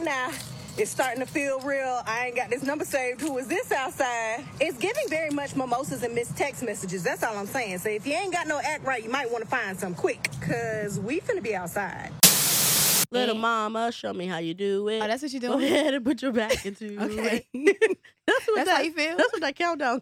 now. It's starting to feel real. I ain't got this number saved. Who is this outside? It's giving very much mimosas and missed text messages. That's all I'm saying. So if you ain't got no act right, you might want to find some quick, cause we finna be outside. Little mama, show me how you do it. Oh, that's what you Go doing? ahead and put your back into Okay. it. that's what That's that, how you feel? That's what that countdown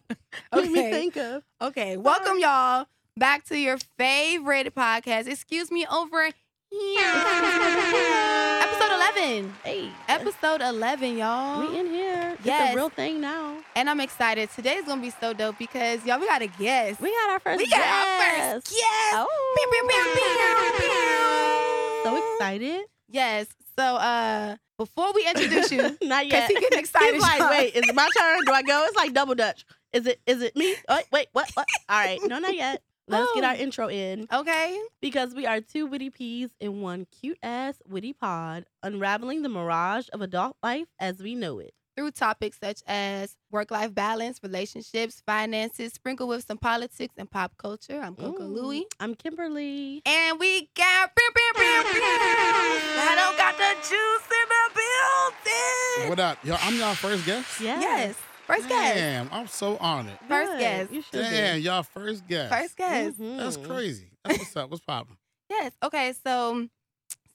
made me Okay. think of. Okay, welcome y'all back to your favorite podcast. Excuse me, over here. episode eleven. Hey, Episode eleven, y'all. we in here. It's Yes. a real thing now. and I'm excited. Today's gonna be so dope because y'all, we got a guest. We got our first. We got our guest. first guest. Oh, Pew, pew, pew, pew, pew. so excited. Yes. So uh, before we introduce you, Not because yet. he getting excited. He's like, y'all. wait, is it my turn? Do I go? It's like double dutch. Is it? Is it me? Oh, wait, what? What? All right, no, not yet. Let's Oh. get our intro in Okay. because we are two witty peas in one cute ass witty pod, unraveling the mirage of adult life as we know it. Through topics such as work-life balance, relationships, finances, sprinkle with some politics and pop culture. I'm Coco Mm. Louie. I'm Kimberly. And we got pew, pew, pew, pew. I don't got the juice in the building. What up? Yo, I'm y'all first guest. Yes. Yes. First guest. Damn, I'm so honored. First Good. guest. You should. Mm-hmm. Damn, y'all first guest. First guest. That's crazy. That's what's up. What's poppin'? Yes. Okay. So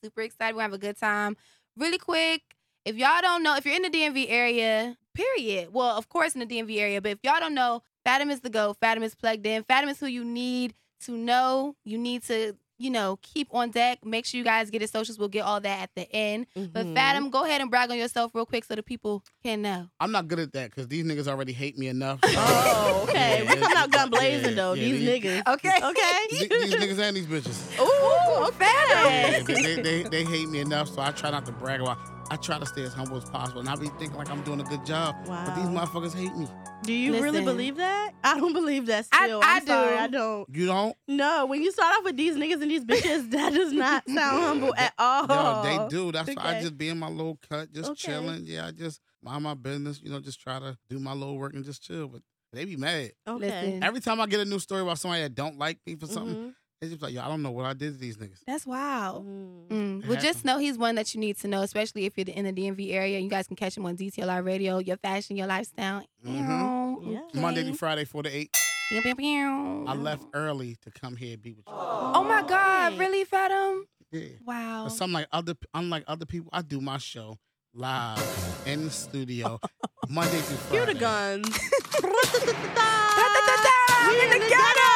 super excited. We're gonna have a good time. Really quick. If y'all don't know, if you're in the DMV area, period. Well, of course in the DMV area, but if y'all don't know, Fathom is the go. Fathom is plugged in. Fathom is who you need to know. You need to, you know, keep on deck. Make sure you guys get his socials. We'll get all that at the end. Mm-hmm. But Fathom, go ahead and brag on yourself real quick so the people can know. I'm not good at that because these niggas already hate me enough. so- Oh, okay. Yeah, We're coming out gun yeah, blazing though. yeah, these, niggas. Okay. Okay. Th- these niggas and these bitches. Ooh, Yeah, Fathom. they, they, they, they hate me enough, so I try not to brag about. I try to stay as humble as possible, and I be thinking like I'm doing a good job. Wow. But Oh. these motherfuckers hate me. Do you really Listen. believe that? I don't believe that I- still. I am sorry, do. I don't. You don't? No, when you start off with these niggas and these bitches, that does not sound humble at all. No, Oh, they do. That's why okay. I just be in my little cut, just Okay. chilling. Yeah, I just mind my business. You know, just try to do my little work and just chill. But they be mad. Okay. Listen. Every time I get a new story about somebody that don't like me for something, Mhm. it's just like, yo, I don't know what I did to these niggas. That's wild. Mm. Mm. It Well, just happened. know he's one that you need to know, especially if you're in the DMV area. You guys can catch him on DTLR Radio, Your Fashion, Your Lifestyle. Mhm. Ew. Yeah. Monday Okay. through Friday, four to eight. Pew, pew, pew. I left early to come here and be with you. Oh my God! Right. Really, Fathom? Yeah. Wow. But some like other, unlike other people, I do my show live in the studio Monday through Friday. Cue the guns. Da-da-da-da! We In the in the ghetto!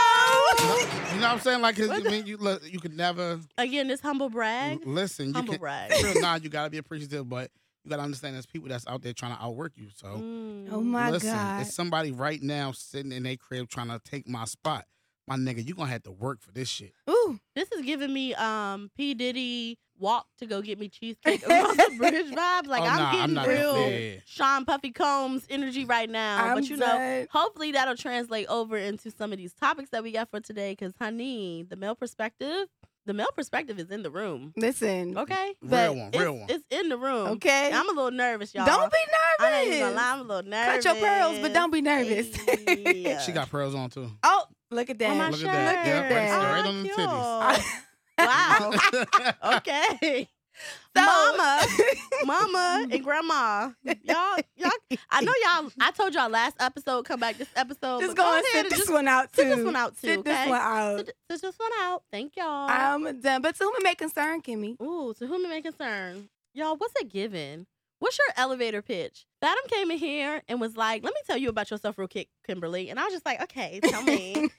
You know what I'm saying? Like, 'cause, What I the- mean, you look, you could never Again, this humble brag. l- listen. You Humble can, brag. sure, nah, you gotta be appreciative, but you gotta understand there's people that's out there trying to outwork you. So. Mm. Oh my Listen, God! it's somebody right now sitting in their crib trying to take my spot. My nigga, you gonna have to work for this shit. Ooh, This is giving me um P Diddy walk to go get me cheesecake across the bridge vibes. Like Oh, I'm nah, I'm getting not gonna- real yeah. Sean Puffy Combs energy right now. I'm Uh, but you know, done. hopefully that'll translate over into some of these topics that we got for today. Cause honey, the male perspective, the male perspective is in the room. listen. Okay. Mm-hmm. But real one, It's, real one. it's in the room. Okay. I'm a little nervous, y'all. don't be I ain't gonna nervous. lie, I'm a little nervous. Cut your pearls, but don't be nervous. Yeah. she got pearls on too. oh, look at that. on my Look shirt. at that. Look at Yeah, that. right, right on the Oh, titties. Uh, Wow. okay. So- Mama, mama, and grandma. Y'all, y'all. I know y'all. I told y'all last episode. Come back this episode. just but go and ahead sit and this just one out too. sit this one out too. Sit okay? this one out. Sit, sit this one out. Thank y'all. I'm done. But to whom it may concern, Kimmy. Ooh, to whom it may concern. Y'all, what's a given? What's your elevator pitch? Fathom came in here and was like, let me tell you about yourself real quick, Kimberly. And I was just like, okay, tell me.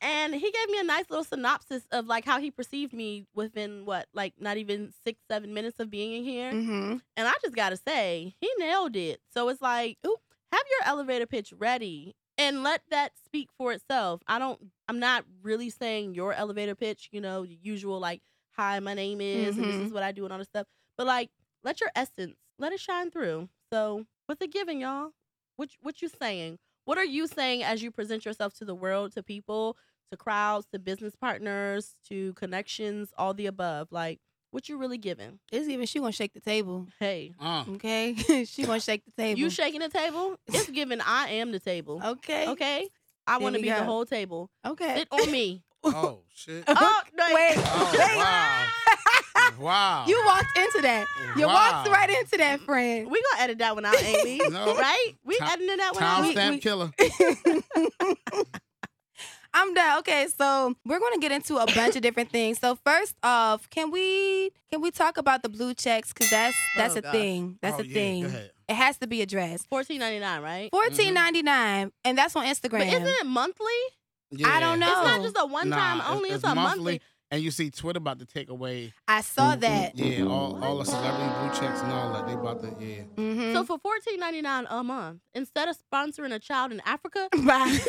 and he gave me a nice little synopsis of like how he perceived me within what, like not even six, seven minutes of being in here. Mm-hmm. And I just gotta say, he nailed it. So it's like, ooh, have your elevator pitch ready and let that speak for itself. I don't I'm not really saying your elevator pitch, you know, the usual like, hi, my name is and Mhm. this is what I do and all this stuff. But like, let your essence, let it shine through. So what's it giving, y'all? What what you saying? What are you saying as you present yourself to the world, to people, to crowds, to business partners, to connections, all the above? Like, what you really giving? It's even she gonna shake the table. Hey. Uh, Okay, she gonna shake the table. You shaking the table? It's giving I am the table. okay, okay, Okay? I There want to we be the go. whole table. okay. Sit on me. oh shit. Oh, no. Wait, Oh, wait. wow. Wow. You walked into that. You Wow. walked right into that, friend. We gonna edit that one out, Amy. No. Right? We Time- editing that one out. Time we- we- stamp killer. I'm done. Okay, so we're gonna get into a bunch of different things. So first off, can we can we talk about the blue checks? Cause that's that's Oh, a gosh. thing. That's Oh, a yeah, thing. Go ahead. It has to be addressed. Fourteen ninety nine, right? Fourteen ninety nine, and that's on Instagram. Mm-hmm. But isn't it monthly? Yeah. don't know. It's No. not just a one time Nah, only. It's, a monthly. And you see Twitter about to take away. I saw that. Mm-hmm. Yeah, all, all the celebrity blue checks and all that. They about to, yeah. Mm-hmm. So for fourteen ninety nine a month, instead of sponsoring a child in Africa, Right.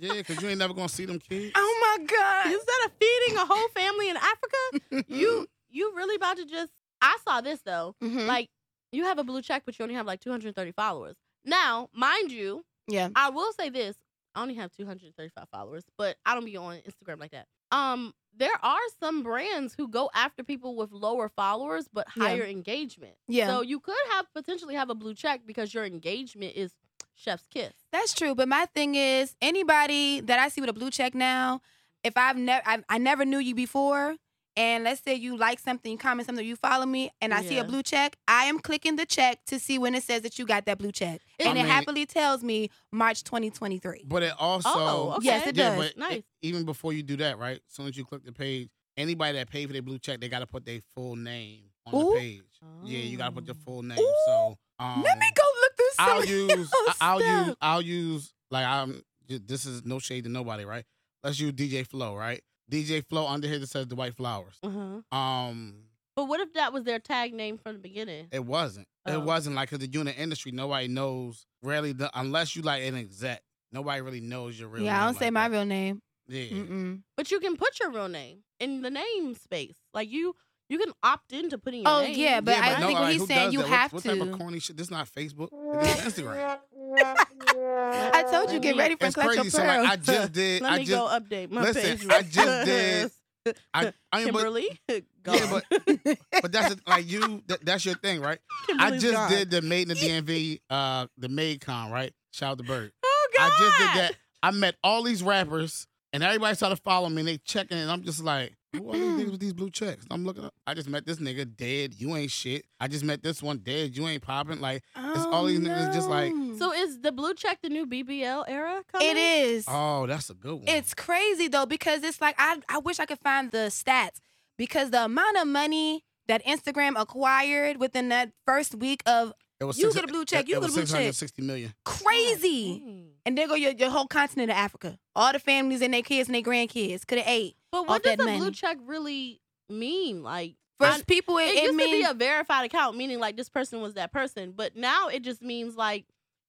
Yeah, because you ain't never going to see them kids. oh my god. instead of feeding a whole family in Africa, you you really about to just. I saw this though. Mhm. Like you have a blue check, but you only have like two hundred thirty followers. Now, mind you, yeah. I will say this: I only have 235 followers, but I don't be on Instagram like that. Um, there are some brands who go after people with lower followers but Yeah. higher engagement. Yeah. So you could have potentially have a blue check because your engagement is chef's kiss. That's true, but my thing is, anybody that I see with a blue check now, if I've never, I, I never knew you before, and let's say you like something, you comment something, you follow me, and I see Yeah. a blue check, I am clicking the check to see when it says that you got that blue check, I and it mean- happily tells me March 2023. But it also. oh, okay. Yes, it Yeah, does. but Nice. e- even before you do that, right? As soon as you click the page, anybody that paid for their blue check, they got to put their full name on Ooh. the page. Yeah, you got to put your Oh. full name. Ooh. So um, Let me go look through some. I'll use. I- I'll stuff. use. I'll use. Like I'm. j- This is no shade to nobody, right? Let's use DJ Flow, right? DJ Flow under here that says the White Flowers. Uh-huh. Um, But what if that was their tag name from the beginning? Eh it wasn't. Oh. It wasn't like 'cause the unit industry, nobody knows really the, unless you like an exec. Nobody really knows your real. yeah, I name don't say like my that. real name. Yeah. Mm-mm. But you can put your real name in the name space. Like you you can opt into putting your Oh, name. yeah, but I think what like, he's who saying, does you that? have what, What type to. of corny shit? This is not Facebook. This is Instagram. I told you, get ready for It's Clutch crazy. Your So like, Pearls. I just did. Let I me just. go uh, update my listen, page. I just did- I, I am, but, Kimberly, gone. yeah, but but that's the- like you. That, that's your thing, right? I Kimberly's just gone. did the Made in the DMV, uh, the Made Con, right? Shout out to Bird. Oh God! I just did that. I met all these rappers, and everybody started following me. and They checking, and I'm just like, who are these niggas with these blue checks? I'm looking. Up. I just met this nigga dead. You ain't shit. I just met this one dead. You ain't popping. Like, It's all these niggas just like- Oh, no. So is the blue check the new BBL era? Coming? it is. oh, that's a good one. It's crazy though because it's like I I wish I could find the stats because the amount of money that Instagram acquired within that first week of it was you six- get a blue check, it- you it get a was blue check. 660 million. crazy. And there go your, your whole continent of Africa. All the families and their kids and their grandkids could have ate. But what Off does that a blue money. check really mean? Like For I- people, it, it, it used to be means a verified account, meaning like this person was that person. But now it just means like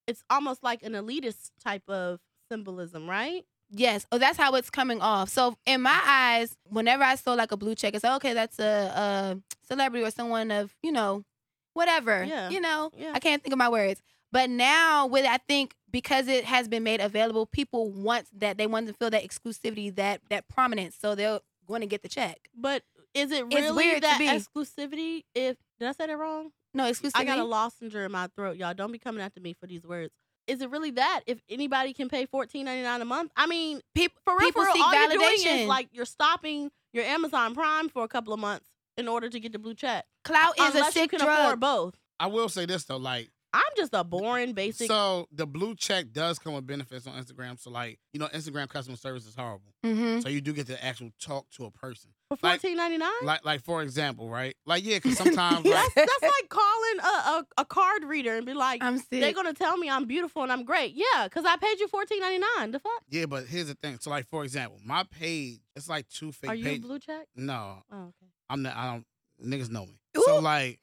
it's almost like an elitist type of symbolism, right? yes. Oh, that's how it's coming off. So in my eyes, whenever I saw like a blue check, it's like okay, that's a, a celebrity or someone of you know, whatever. Yeah. You know, Yeah. I can't think of my words. But now with I think because it has been made available, people want that they want to feel that exclusivity, that that prominence. So they're going to get the check. but is it really weird to that be. exclusivity? If did I say that wrong? No exclusivity. I got a lozenge in my throat, y'all. Don't be coming after me for these words. Is it really that if anybody can pay fourteen ninety nine a month? I mean, People for real, people for real, seek all validation. you're doing is like you're stopping your Amazon Prime for a couple of months in order to get the blue check. clout is a Unless sick you can afford drug. both. I will say this though, like I'm just a boring basic. so the blue check does come with benefits on Instagram. So like, you know, Instagram customer service is horrible. Mm-hmm. So you do get to actually talk to a person. for like- fourteen ninety nine. Like like for example, right? Like yeah, cause sometimes That's like, that's like calling a, a, a card reader and be like, I'm sick. they're gonna tell me I'm beautiful and I'm great. Yeah, cause I paid you fourteen ninety nine. The fuck? Yeah, but here's the thing. So like for example, my page, it's like two fake Are you pages. blue check? No, Oh, okay. I'm not I don't niggas know me. Ooh. So like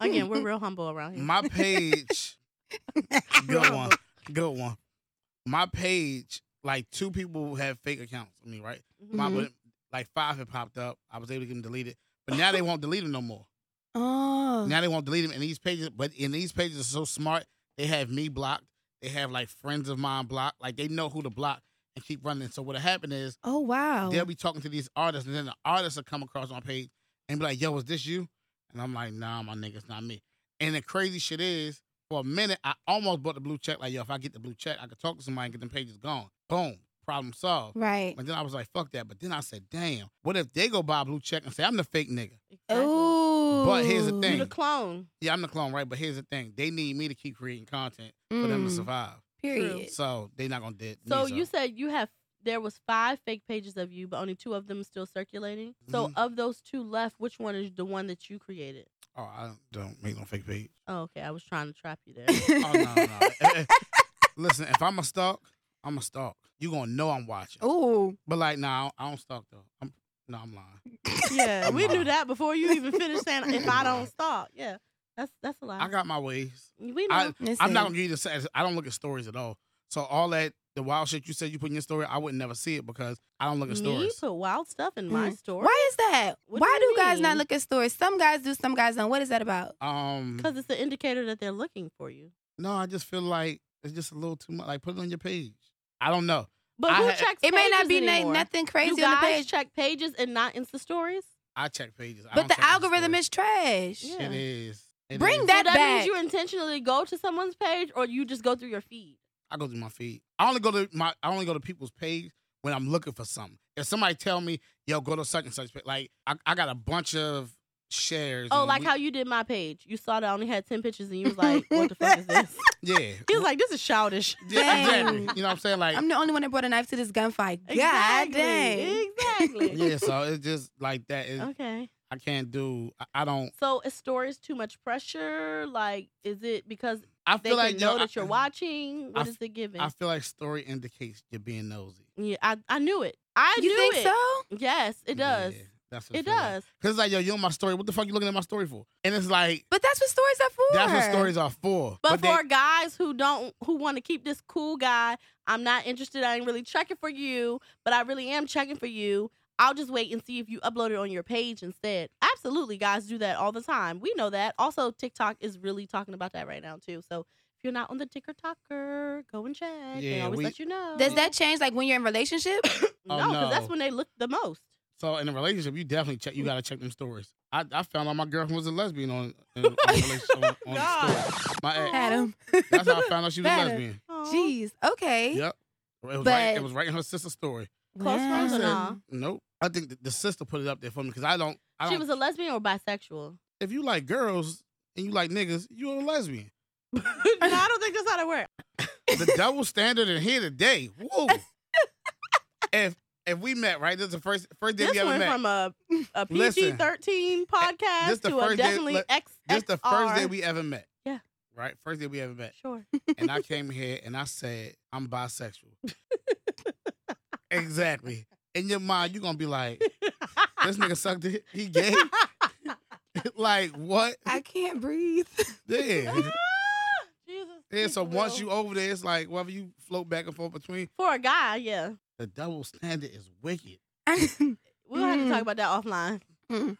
Again, we're real humble around here. my page good one. Good one. My page, like two people have fake accounts on me, right? Mhm. Mm-hmm. My but like five had popped up. I was able to get them deleted, but now they won't delete them no more. oh. Now they won't delete them. And these pages, but in these pages are so smart. They have me blocked. They have like friends of mine blocked. Like they know who to block and keep running. So what happened is oh wow. they'll be talking to these artists, and then the artists will come across my page and be like, "Yo, is this you?" And I'm like, "Nah, my nigga, it's not me." And the crazy shit is, for a minute, I almost bought the blue check. Like, yo, if I get the blue check, I could talk to somebody and get them pages gone. Boom. problem solved. Right. And then I was like, fuck that. But then I said, damn, what if they go buy a blue check and say, I'm the fake nigga? Exactly. Ooh. But here's the You thing. the clone. Yeah, I'm the clone, right? But here's the thing. They need me to keep creating content for them to Mm. survive. Period. So they not gonna did. So me, you said you have there was five fake pages of you, but only two of them still circulating. So Mm-hmm. Mhm. of those two left, which one is the one that you created? Oh, I don't make no fake page. Oh, okay. I was trying to trap you there. Oh no, no. Eh, eh. Listen, if I'm a stalk, I'm a stalk. You gonna know I'm watching. Ooh. But like, nah, I don't stalk though. I'm no, I'm lying. yeah, I'm we knew lying. that before you even finished saying if I I'm don't lying. stalk. Yeah, that's that's a lie. I got my ways. we know. I- I'm Listen. not gonna give you the. satis- I don't look at stories at all. So all that the wild shit you said you put in your story, I would never see it because I don't look Me at stories. put wild stuff in my Mm. story Why is that? What do Why do, you guys mean? not look at stories? Some guys do, some guys don't. What is that about? Um, because it's an indicator that they're looking for you. no, I just feel like it's just a little too much. Like put it on your page. I don't know. But I who had- checks? It may not pages be na- anymore? nothing crazy you on guys the page, check pages and not Insta stories. I check pages. but I don't the check their algorithm stories. is trash. Yeah. It is. It Bring is. that, so that back. means you intentionally go to someone's page or you just go through your feed. I go through my feed. I only go to my. I only go to people's page when I'm looking for something. If somebody tell me, "Yo, go to such and such," page," like I, I got a bunch of shares. Oh, and like we- how you did my page. You saw that I only had ten pictures and you was like, "What the fuck is this?" Yeah. He was like, "This is childish." Yeah, exactly. Dang. You know what I'm saying? Like, I'm the only one that brought a knife to this gunfight. God Exactly, dang. Exactly. yeah. So it's just like that. It- Okay. I can't do. I, I don't. So is stories too much pressure? Like, is it because I they feel can like know yo, that I, you're watching? What I is it giving? I feel like story indicates you're being nosy. yeah, I, I knew it. I you knew think it. so? Yes, it does. Yeah, that's what I It feel like. does. Cause it's like, yo, you on my story. What the fuck you looking at my story for? And it's like, But that's what stories are for. that's what stories are for. But, they- for guys who don't who want to keep this cool guy, I'm not interested. I ain't really checking for you, but I really am checking for you. I'll just wait and see if you upload it on your page instead. Absolutely, guys do that all the time. We know that. Also, TikTok is really talking about that right now too. So if you're not on the TikToker, go and check. they Yeah, always we- let you know. Does that change like when you're in relationship? no? Oh, Because no. that's when they look the most. So in a relationship, you definitely check. You gotta check them stories. I, I found out my girlfriend was a lesbian on in, on, a relationship- on, on the God. story. My ex. Adam. That's how I found out she was a Better. lesbian. Aw. Jeez. Okay. Yep. It was, right, But- it was right in her sister's story. Close I friends or said, nah? nope. I think the, the sister put it up there for me because I don't. I don't She was a lesbian or bisexual. if you like girls and you like niggas, you're a lesbian. no, I don't think that's how that works. The double standard in here today. Whoa. if if we met, right? This is the first first day This we ever went met. from a, a PG Listen. thirteen This podcast the to a first day- definitely look, X. this is the first day XR. we ever met. Yeah. Right? First day we ever met. Sure. and I came here and I said, I'm bisexual. exactly. In your mind, you're gonna be like, this nigga sucked it. He gay. like what? I can't breathe. Yeah. Jesus. yeah. So Jesus once will. you over there, it's like whether you float back and forth between for a guy, yeah, the double standard is wicked. we'll have to Mm. talk Mm-hmm. about that offline.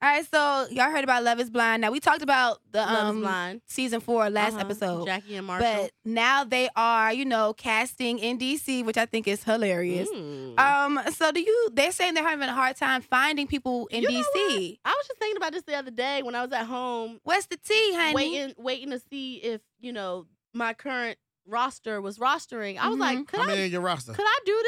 All right, so y'all heard about Love is Blind. Now we talked about the Love is um blind. season four last Uh-huh. episode. Jackie and Marshall. But now they are, you know, casting in DC, which I think is hilarious. Mm. Um, so do you they're saying they're having a hard time finding people in You know DC. I was just thinking about this the other day when I was at home What's the tea, honey? waiting, waiting to see if you know my current roster was rostering. I was like, Mhm. could How I many in your roster? could I do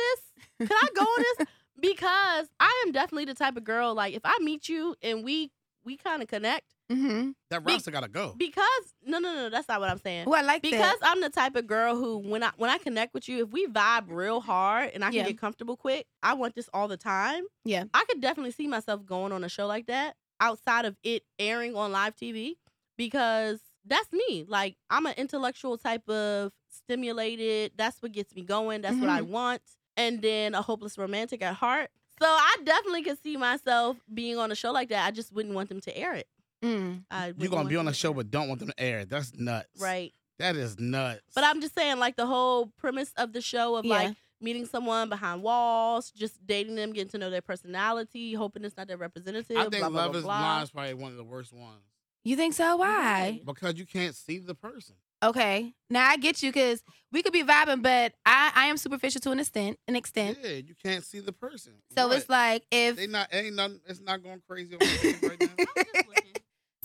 this? Could I go on this? Because I am definitely the type of girl like if I meet you and we we kind of connect Mm-hmm. That Be- roster gotta go. because no no no that's not what I'm saying. Oh, I like Because I'm the type of girl who when I when I connect with you if we vibe real hard and I can Yeah. get comfortable quick, I want this all the time. Yeah. I could definitely see myself going on a show like that outside of it airing on live TV because that's me. Like I'm an intellectual type of stimulated. That's what gets me going. That's what I Mm-hmm. want. And then a hopeless romantic at heart. So I definitely could see myself being on a show like that. I just wouldn't want them to air it. that. Mm. I wouldn't You're gonna want be on them a to- show but don't want them to air. That's nuts. right? That is nuts. But I'm just saying, like the whole premise of the show of Yeah. like meeting someone behind walls, just dating them, getting to know their personality, hoping it's not their representative. I think blah, blah, Love blah, is blah. Blind is probably one of the worst ones. You think so? Why? Because you can't see the person. Okay. Now I get you because we could be vibing, but I, I am superficial to an extent an extent. Yeah, you can't see the person. So What? it's like if They not ain't nothing. It's not going crazy over the place right now. I'm just looking.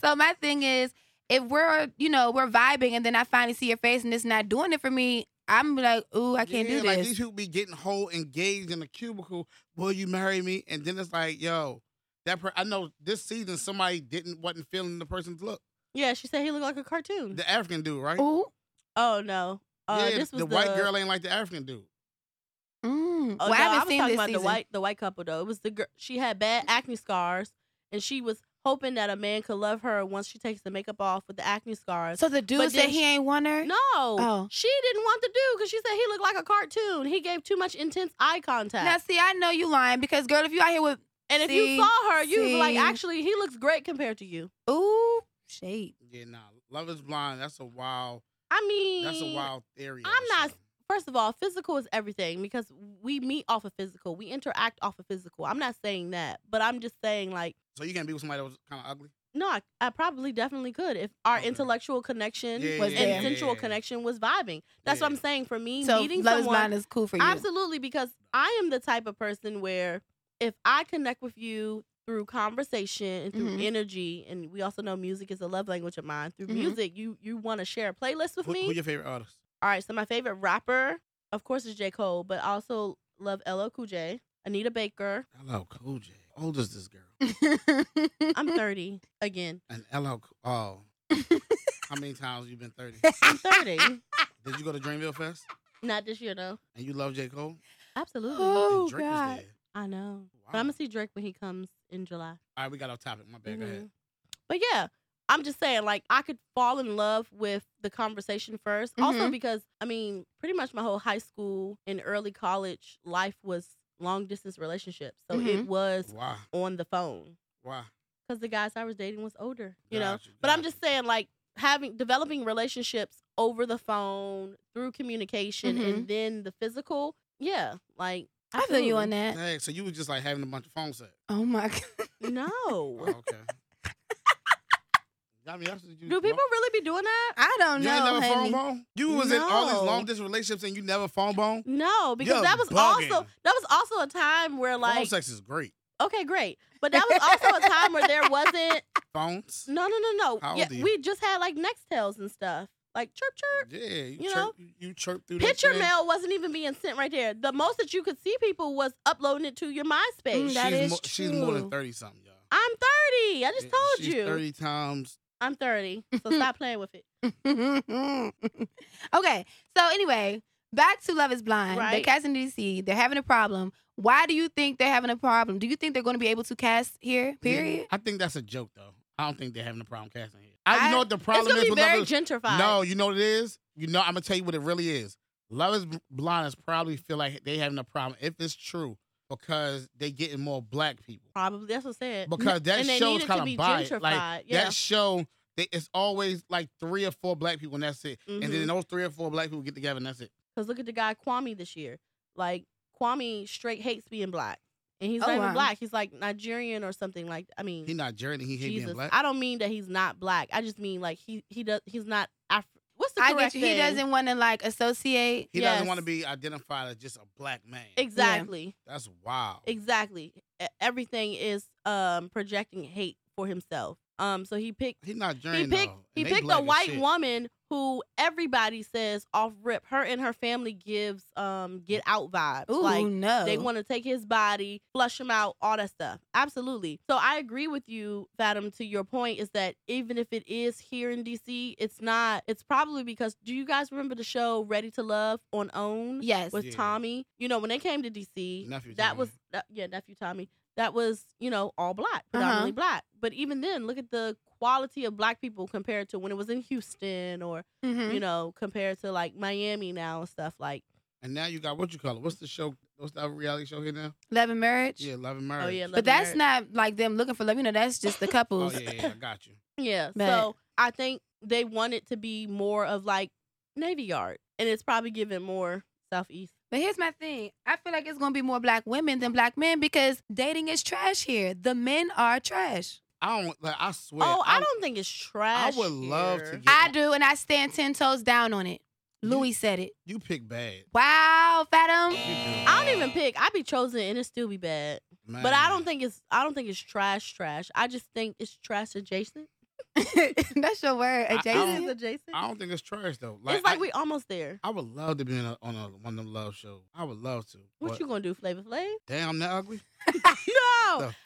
So my thing is, if we're you know we're vibing and then I finally see your face and it's not doing it for me, I'm like, ooh, I can't Yeah, do Like this. these people be getting whole engaged in a cubicle. Will you marry me? And then it's like, yo, that per- I know this season somebody didn't wasn't feeling the person's look. Yeah, she said he looked like a cartoon. The African dude, right? ooh, Mm. oh no. Uh, yeah, this was the white girl ain't like the African dude. mm. Oh, well, I no, haven't was seen talking this about season. the white the white couple though. It was the girl. She had bad acne scars, and she was hoping that a man could love her once she takes the makeup off with the acne scars. So the dude But said then he she- ain't want her. no, Oh. she didn't want the dude because she said he looked like a cartoon. He gave too much intense eye contact. Now, see, I know you lying because, girl, if you out here with and if see, you saw her, you were like, see. actually, he looks great compared to you. ooh shade, Yeah, nah. Love is blind. That's a wild. I mean, That's a wild theory. of I'm a not- show. first of all, physical is everything because we meet off of physical. We interact off of physical. I'm not saying that, but I'm just saying like So you can be with somebody that was kind of ugly. no, I, I probably definitely could if our Okay. intellectual connection Yeah, was and yeah, yeah, sensual yeah. connection was vibing. That's what Yeah. I'm saying. For me, so meeting love is someone blind is cool for you. Absolutely, because I am the type of person where if I connect with you through conversation and through Mhm. energy, and we also know music is a love language of mine. Through Mhm. music, you you want to share a playlist with Who, me. who your favorite artist? All right, so my favorite rapper, of course, is J Cole, but I also love LL Cool J, Anita Baker. LL Cool J. How old is this girl? I'm 30 again. And LL. Cool- Oh. How many times you been thirty? I'm 30. Did you go to Dreamville Fest Not this year though. and you love J Cole? Absolutely, And oh Drake was god. there. I know. Wow. But I'm gonna see Drake when he comes in July. All right, we got off topic. My bad. Go ahead. Mhm. But yeah, I'm just saying, like, I could fall in love with the conversation 1st Also, Mhm. because, I mean, pretty much my whole high school and early college life was long distance relationships. So it Mhm. was Why? on the phone Why? because the guys I was dating was older, you know? Gotcha, But I'm just gotcha. saying, like, having developing relationships over the phone through communication and then the physical, yeah, like, Mm-hmm. I feel you on absolutely. that. Dang, so you was just like having a bunch of phone sex. Oh my god. Oh, No. okay. I mean, that's what you, Do people really be doing that? I don't You know, ain't never phone honey. bone. You was in all these No. long distance relationships and you never phone bone. No, because You're that was also bugging. that was also a time where phone like sex is great. okay, great, but that was also a time where there wasn't Phones. no no no How no. old Yeah, are you? we just had like Nextels and stuff like chirp chirp. Yeah, you, You chirp, know? you chirp through that Picture thing. mail wasn't even being sent right there. The most that you could see people was uploading it to your MySpace. Mm, that she's is mo- She's more than true. thirty something, y'all. I'm thirty. I just Yeah, told she's you Thirty times. I'm thirty. So stop playing with it. okay, so anyway, back to Love Is Blind. They're Right. casting DC. They're having a problem. Why do you think they're having a problem? Do you think they're going to be able to cast here? Period. I think that's a joke though. I don't think they're having a problem casting here. I, I- know what the It's problem gonna is be with very Love is- gentrified. No, you know what it is? You know, I'm gonna tell you what it really is. Love is blind is probably feel like they having a problem if it's true because they getting more black people. probably that's what I said. Because that Uh, and they show's needed to kind be of biased. gentrified. Like yeah. that show, they, it's always like three or four black people and that's it. And Mhm. then those three or four black people get together and that's it. Because look at the guy Kwame this year. Like Kwame straight hates being black, and he's Oh, not even wow. black. He's like Nigerian or something like. I mean, He not Nigerian. He hate being Jesus. black. I don't mean that he's not black. I just mean like he he does he's not Af- What's the I correct get you. He thing? doesn't want to like associate. he doesn't yes. want to be identified as just a black man. Exactly, That's wild. exactly. E- Everything is um projecting hate for himself. Um, so he picked He not he Nigerian. picked though, he and they picked black a as white shit. woman who everybody says off rip. Her and her family gives um get out vibes. Ooh like no. They want to take his body, flush him out, all that stuff. Absolutely. So I agree with you, Fathom, to your point is that even if it is here in DC, it's not, it's probably because do you guys remember the show Ready to Love on OWN yes. with Yeah. Tommy? You know, when they came to DC, Nephew that Tommy. was, that, yeah, Nephew Tommy, that was, you know, all black, predominantly black. But even then, look at the quality of black people compared to when it was in Houston or, Mhm. you know, compared to like Miami now and stuff like, And now you got what you call it? What's the show? What's the reality show here now? love and marriage. Yeah, Love and Marriage. oh yeah. But that's not like them looking for love. You know, that's just the Oh couples. yeah, yeah, I got you. Yeah. But- so I think they want it to be more of like Navy Yard, and it's probably given more Southeast. But here's my thing. I feel like it's gonna be more black women than black men because dating is trash here. The men are trash. I don't like. I swear. oh, I, don't think it's trash. I would love to here. get- I do, and I stand ten toes down on it. Louis said it. You pick bad. Wow, Fathom. You do. I don't even pick. I be chosen and it still be bad. But I don't think it's. I don't think it's trash. Trash. I just think it's trash adjacent. That's your word, I- I It is adjacent. adjacent. I don't think it's trash though. it's like I, we almost there. I would love to be in a, on a, one of them love shows. I would love to. What but you gonna do, Flavor Flav? Damn, I'm not ugly. No, The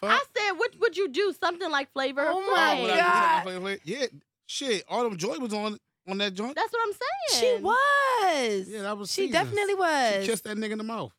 I fuck? said, what would you do? Something like Flavor Oh my Why Flav. would I be God. something like that? Yeah, shit. All them joy was on on that joint. That's what I'm she saying. was. Yeah, that was She seasons. definitely was. She kissed that nigga in the mouth.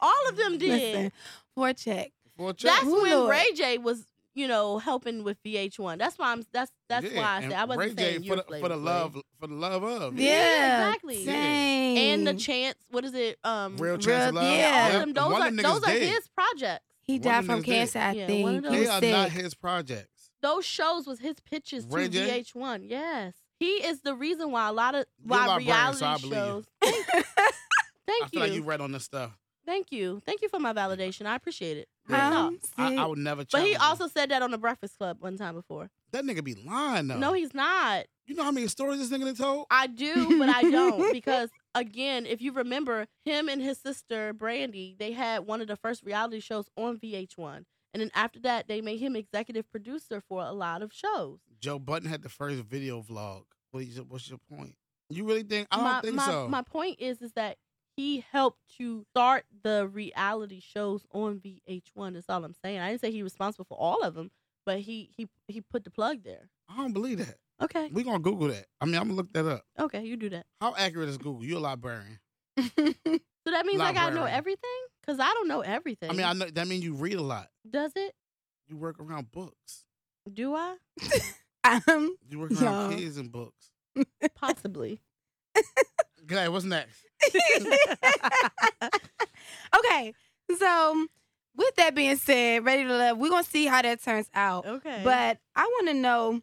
All of them did. Listen, four check. For a check. That's Ooh, when Lord. Ray J was, you know, helping with VH1. That's why I'm. That's that's Yeah, why I and said I wasn't Ray saying J you're for the, for Flavor the Flav. love for the love of. Yeah, exactly. Dang. and the chance. What is it? Um, Real Real- chance of love. yeah. all of Yep. them. Those One are them niggas those are dead. his projects. he One died of from them is cancer, I Yeah, one of think. them He They was are sick. not his projects. Those shows was his pitches to Ray J? VH1. Yes, he is the reason why a lot of You're why librarian, reality so I believe you. shows. I Thank feel you. like you read on this stuff. Thank you. Thank you for my validation. I appreciate it. Yeah. No. I'm I, sick. I would never. But he challenge you. also said that on the Breakfast Club one time before. that nigga be lying though. No, he's not. You know how many stories this nigga done told? I do, but I don't because again, if you remember him and his sister Brandy, they had one of the first reality shows on VH1. And then after that, they made him executive producer for a lot of shows. Joe Button had the first video vlog. What is your, what's your point? You really think? I don't my, think my, so. My point is, is that he helped to start the reality shows on VH1. That's all I'm saying. I didn't say he responsible for all of them, but he he he put the plug there. I don't believe that. Okay, We gonna Google that. I mean, I'm gonna look that up. okay, you do that. How accurate is Google? You're a librarian. So that means I gotta know Librarian. everything because I don't know everything. I mean, I know that means you read a lot. does it? You work around books. Do I? Um, You work around Yeah. kids and books. Possibly. Okay, what's next? okay, so with that being said, ready to love, we're gonna see how that turns out. Okay. But I want to know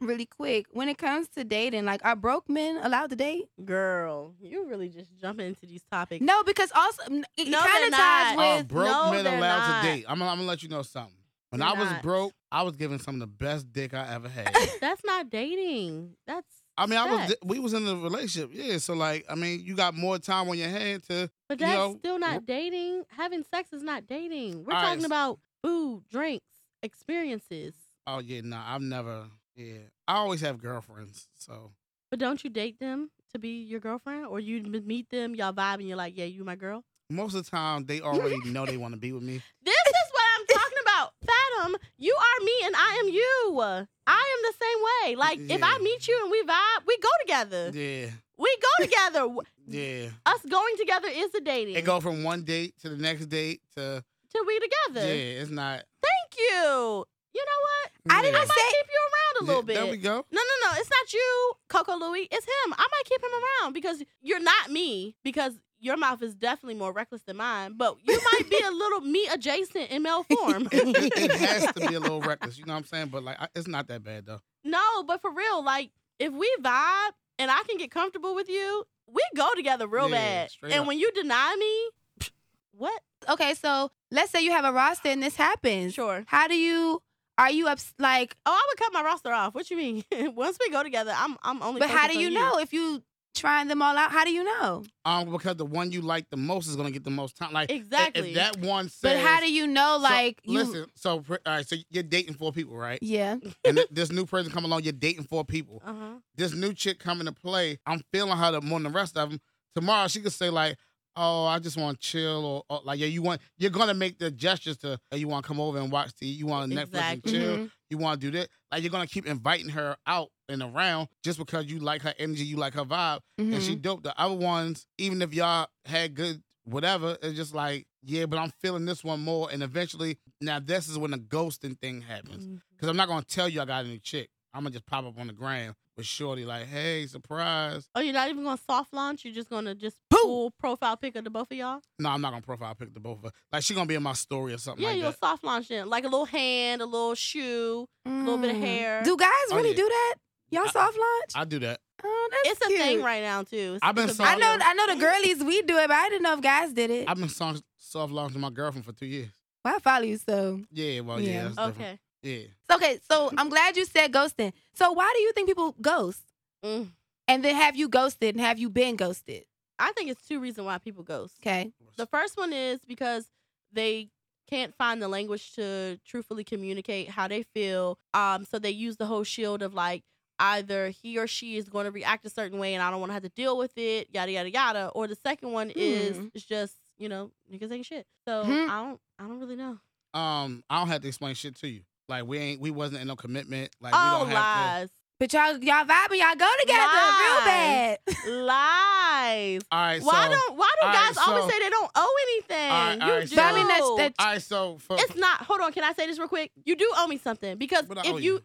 really quick when it comes to dating, like are broke men allowed to date? girl, you really just jump into these topics. No, because also n- it No, kind they're of not. ties Are with. broke no, men they're allowed not. to date? I'm, I'm gonna let you know something. When They're I was not. broke, I was giving some of the best dick I ever had. That's not dating. That's I mean, I was Sex. we was in a relationship, yeah. So like, I mean, you got more time on your hand to but You that's know, still not w- dating. Having sex is not dating. We're All right, talking so- about food, drinks, experiences. Oh yeah, no, I've never. Yeah, I always have girlfriends, so But don't you date them to be your girlfriend, or you m- meet them, y'all vibe, and you're like, "Yeah, you my girl." most of the time they already know they want to be with me. This is what I'm talking about. Fathom, you are me, and I am you. I am the same way. Like if I Yeah. meet you and we vibe, we go together. Yeah, We go together. yeah. Us going together is the dating. It go from one date to the next date to till we yeah. together. It's not. Thank you. You know what? I didn't yeah. I might keep you around a Yeah, little bit. There we go. No, no, no. It's not you, Coco Louie. It's him. I might keep him around because you're not me. Because your mouth is definitely more reckless than mine. But you might be a little me adjacent in male form. It, it- it has to be a little reckless, you know what I'm saying? But like, I, it's not that bad though. no, but for real, like if we vibe and I can get comfortable with you, we go together real Yeah, bad. straight And up. when you deny me, what? Okay, so let's say you have a roster and this happens. Sure. How do you? Are you ups like? Oh, I would cut my roster off. What you mean? Once we go together, I'm I'm only. But how focused do on you know if you trying them all out? How do you know? Um, because the one you like the most is gonna get the most time. Like, if- Exactly. If that one says, But how do you know? Like so, you? listen? So, all right, so you're dating four people, right? Yeah. and th- this new person come along, you're dating four people. Uh-huh. Uh huh. This new chick coming to play, I'm feeling her the- more than the rest of them. Tomorrow she could say like, "Oh, I just want to chill," or, or like, "Yeah, you want you're gonna make the gestures to hey, you want to come over and watch TV, you want to Netflix Exactly. and chill, Mhm. you want to do that." Like you're gonna keep inviting her out and around just because you like her energy, you like her vibe, and Mm-hmm. she Mhm. dope. The other ones, even if y'all had good whatever, it's just like, yeah, but I'm feeling this one more, and eventually, now this is when the ghosting thing happens. Mm-hmm. Cause I'm not gonna tell you I got a new chick. I'm gonna just pop up on the gram with Shorty like, hey, surprise. Oh, you're not even gonna soft launch. You're just gonna just pull profile pic of the both of y'all. No, I'm not gonna profile pick the both of us. Like she gonna be in my story or something yeah, like you'll that. soft launch it like a little hand, a little shoe. little bit of Mm. hair. Do guys Oh, really yeah. do that? Y'all I- soft launch? I do that. oh, that's It's a thing cute. right now too. It's- I've been it's a soft- I big know. deal. I know the girlies we do it, but I didn't know if guys did it. I've been soft soft launching my girlfriend for two years. Well, I follow you, so Yeah, well, yeah, Yeah. that's different. Okay. Yeah. So, okay, so I'm glad you said ghosting. So why do you think people ghost? Mm. And then have you ghosted and have you been ghosted? I think it's two reasons why people ghost. Okay. The first one is because they can't find the language to truthfully communicate how they feel. Um, so they use the whole shield of like either he or she is going to react a certain way and I don't want to have to deal with it, yada yada yada. Or the second one is Hmm. it's just you know niggas ain't shit. So Hmm. I don't I don't really know. Um, I don't have to explain shit to you. Like we ain't, we wasn't in no commitment. Like we All don't have to. Oh, lies, But y'all, y'all vibe and y'all go together real Lies. bad. lies. All right, Why so don't Why do all right, guys so- always say they don't owe anything? All right, all you right, do. so- But I mean, that's- that's- all right, so for, it's not. Hold on, can I say this real quick? You do owe me something because What I owe if you? you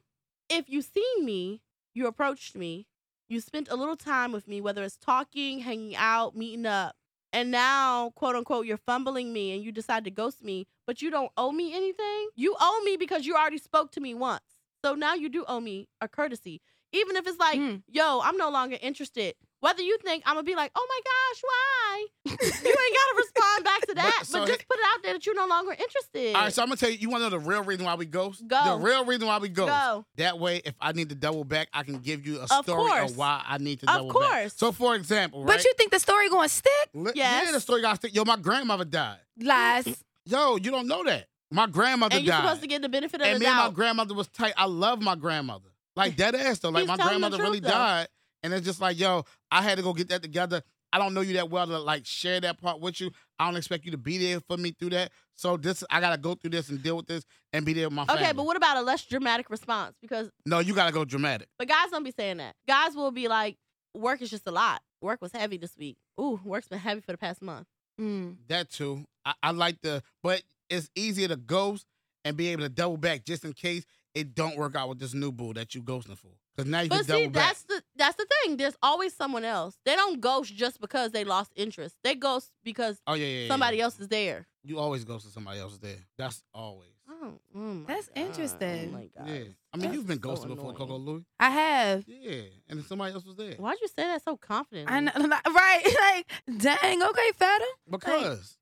if you seen me, you approached me, you spent a little time with me, whether it's talking, hanging out, meeting up, and now quote unquote you're fumbling me and you decide to ghost me, but you don't owe me anything. You owe me because you already spoke to me once, so now you do owe me a courtesy, even if it's like, Mm. yo, I'm no longer interested. Whether you think I'm gonna be like, oh my gosh, why? you ain't gotta respond back to that, but, so just put it out there that you're no longer interested. all right, so I'm gonna tell you. You want to know the real reason why we ghost? Go. The real reason why we ghost. Go. That way, if I need to double back, I can give you a Of story course. of why I need to Of double back. course. So, for example, right? But you think the story going to stick? Li- Yeah, Yes. the story got stick. Yo, my grandmother died. Lies. Yo, you don't know that. My grandmother And you're died. supposed to get the benefit of and the me and my doubt. grandmother was tight. I love my grandmother. Like dead ass though. Like He's my telling the grandmother truth, really though. died. And it's just like, yo, I had to go get that together. I don't know you that well to like share that part with you. I don't expect you to be there for me through that. So this I gotta go through this and deal with this and be there with my family. okay, but what about a less dramatic response? Because No, you gotta go dramatic. but guys don't be saying that. Guys will be like, work is just a lot. Work was heavy this week. Ooh, work's been heavy for the past month. Mm. That too. I, I like the but it's easier to ghost and be able to double back just in case it don't work out with this new boo that you ghosting for. Cause now you But can see, double back. that's the that's the thing. There's always someone else. They don't ghost just because they lost interest. They ghost because Oh yeah, yeah, yeah. somebody yeah. else is there. You always ghost to somebody else there. That's always. Oh, oh my That's God. interesting. Oh my God. Yeah. I mean, That's you've been so ghosted before, annoying. Coco Louie. I have. Yeah. And then somebody else was there. Why'd you say that so confidently? I know, right? Like, dang, okay, Feta. Because,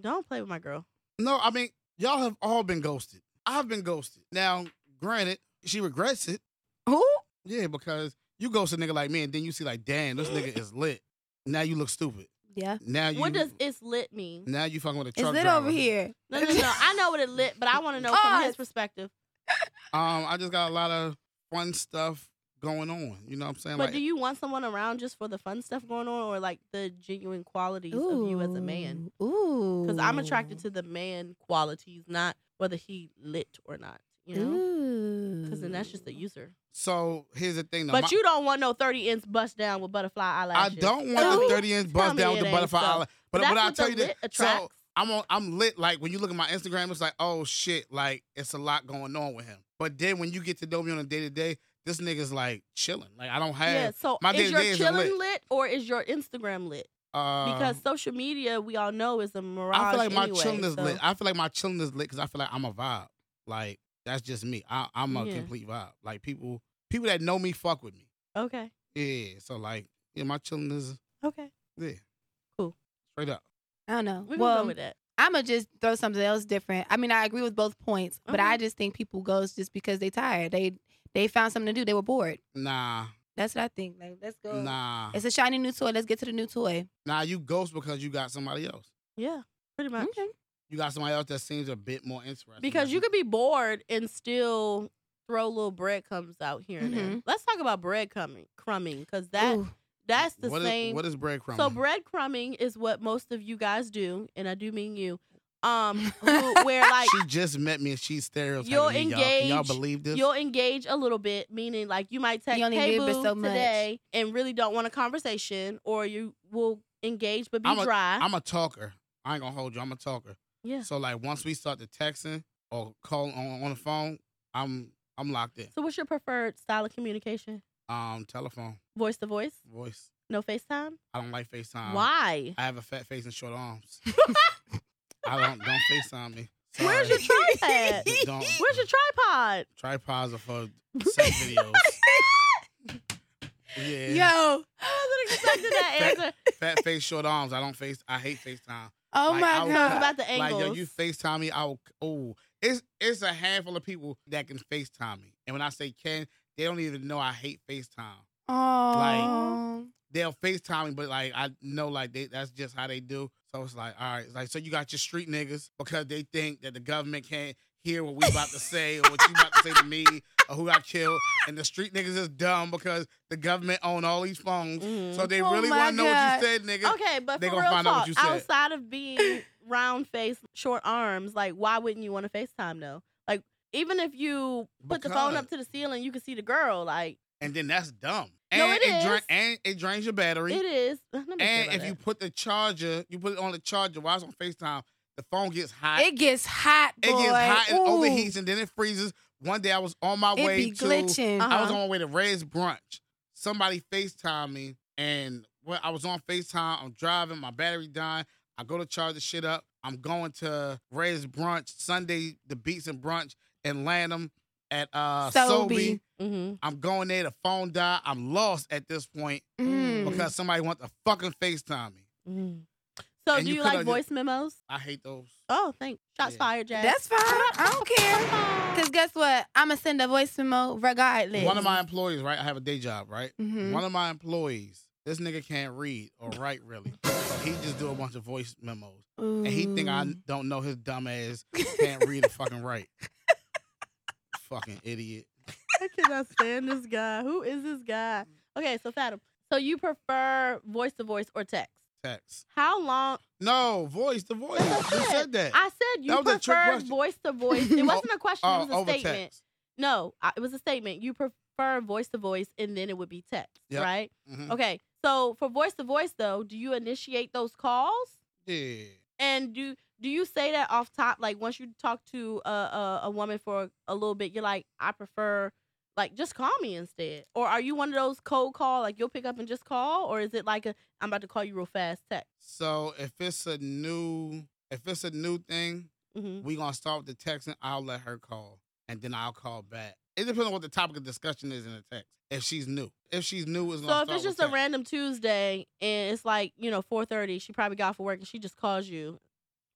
Don't play with my girl. no, I mean, y'all have all been ghosted. I've been ghosted. Now, granted, she regrets it. Who? Yeah, because you ghost a nigga like me, and then you see, like, damn, this nigga is lit. Now you look stupid. Yeah. Now you. What does it's lit mean? Now you fucking with a It's truck lit driver. over here. No, no, no. I know what it lit, but I want to know from Us. his perspective. Um, I just got a lot of fun stuff going on. You know what I'm saying? But like, do you want someone around just for the fun stuff going on, or like the genuine qualities of you as a man? Ooh. Because I'm attracted to the man qualities, not whether he lit or not. You know, Ooh. because then that's just a user. so here's the thing. Though. But My- you don't want no 30 inch bust down with butterfly I eyelashes. don't want the Ooh. 30 inch bust me down it with the ain't butterfly so. eyelash. But, that's but I'll what the tell you this. lit attracts. So I'm on, I'm lit. Like when you look at my Instagram, it's like, oh shit, like it's a lot going on with him. But then when you get to know me on a day to day, this nigga's like chilling. Like I don't yeah. have So my is day-to-day your isn't chilling lit. lit. or is your Instagram lit? uh, Because social media, we all know, is a mirage. I feel like my anyway, chilling is so- lit. I feel like my chilling is lit because I feel like I'm a vibe. Like that's just me. I, I'm a Yeah. complete vibe. Like people people that know me fuck with me. Okay. Yeah. So like yeah, my chilling is Okay. yeah. Cool. Straight up. I don't know. We can well, go with that. I'm gonna just throw something else different. I mean, I agree with both points, but Okay. I just think people ghost just because they tired. They they found something to do. They were bored. Nah. That's what I think. Like, let's go. Nah. It's a shiny new toy. Let's get to the new toy. Now you ghost because you got somebody else. Yeah. Pretty much. Okay. You got somebody else that seems a bit more interesting. Because you could be bored and still throw little breadcrumbs out here and there. Mhm. Let's talk about breadcrumbing, crumbing, because that Ooh. that's the What is- same. what is breadcrumbing? so breadcrumbing is what most of you guys do, and I do mean you. Um, who, where like she just met me and she's stereotyping You'll me, y'all. Can y'all engage- believe this? you'll engage a little bit, meaning like you might text You only hey give it boo so much." today and really don't want a conversation, or you will engage but be I'm a- dry. I'm a talker. I ain't gonna hold you. I'm a talker. yeah. So like once we start the texting or call on, on the phone, I'm I'm locked in. So what's your preferred style of communication? Um, telephone, Voice to voice, voice. no FaceTime. I don't like FaceTime. Why? Uh, I have a fat face and short arms. I don't don't FaceTime me. Where's your Sorry. tripod? Don't. Where's your tripod? tripods are for sex videos? yeah. Yo. I wasn't expecting that answer. fat face, short arms. I don't face. I hate FaceTime. Oh Like, I my was- Talk god. about the Like angles. yo, you FaceTime me. I will. Oh, it's it's a handful of people that can FaceTime me, and when I say can, they don't even know I hate FaceTime. Oh. they'll FaceTime me, but like I know like they that's just how they do. So it's like, all right, it's like so you got your street niggas because they think that the government can't hear what we about to say or what you about to say to me or who got killed. And the street niggas is dumb because the government own all these phones. Mhm. So they Oh really my wanna know what God. you said, nigga. Okay, but They for gonna real find out what talk, you said. outside of being round faced, short arms, like why wouldn't you want to FaceTime though? Like even if you put the phone up Because- to the ceiling, you can see the girl. Like And then that's dumb. And No, it drain- is. and it drains your battery. it is. Nobody care And about if you that. put the charger, you put it on the charger while it's on FaceTime, the phone gets hot. It gets hot, boy. It gets hot and Ooh. overheats and then it freezes. One day I was on my It way be to glitching. Uh-huh. I was on my way to Red's brunch. Somebody FaceTime me and well, I was on FaceTime. I'm driving, my battery dying. I go to charge the shit up. I'm going to Red's brunch Sunday, the beats and brunch in Lanham at uh Sobey. Sobey. Mhm. I'm going there, the phone died. I'm lost at this point Mm. because somebody wants to fucking FaceTime me. Mhm. So And do you you, could like have- voice memos? I hate those. Oh, thanks. Shots Yeah. fired, Jack. That's fine. I don't care. Cause guess what? I'ma send a voice memo regardless. One of my employees, right? I have a day job, right? Mm-hmm. Mhm. One of my employees, this nigga can't read or write really. So he just do a bunch of voice memos. And he think I Ooh. don't know his dumb ass can't read or fucking write. fucking idiot. I cannot stand this guy. Who is this guy? Okay, so Fathom. So you prefer voice to voice or text? Text. How long? No, voice to voice. You said that. I said you That was a trick prefer question. voice to voice. It wasn't a question. Oh, it was a over statement. text. No, I, it was a statement. You prefer voice to voice, and then it would be text, Yep. right? Mhm. Okay. So for voice to voice, though, do you initiate those calls, Yeah. and do do you say that off top? Like once you talk to a a, a woman for a little bit, you're like, I prefer. Like just call me instead, or are you one of those cold call? Like you'll pick up and just call, or is it like a I'm about to call you real fast text? So if it's a new if it's a new thing, hmm we gonna start with the texting. I'll let her call, and then I'll call back. It depends on what the topic of discussion is in the text. If she's new, if she's new, it's So gonna if it's start with just a text. random Tuesday and it's like you know 4:30, she probably got off of work and she just calls you.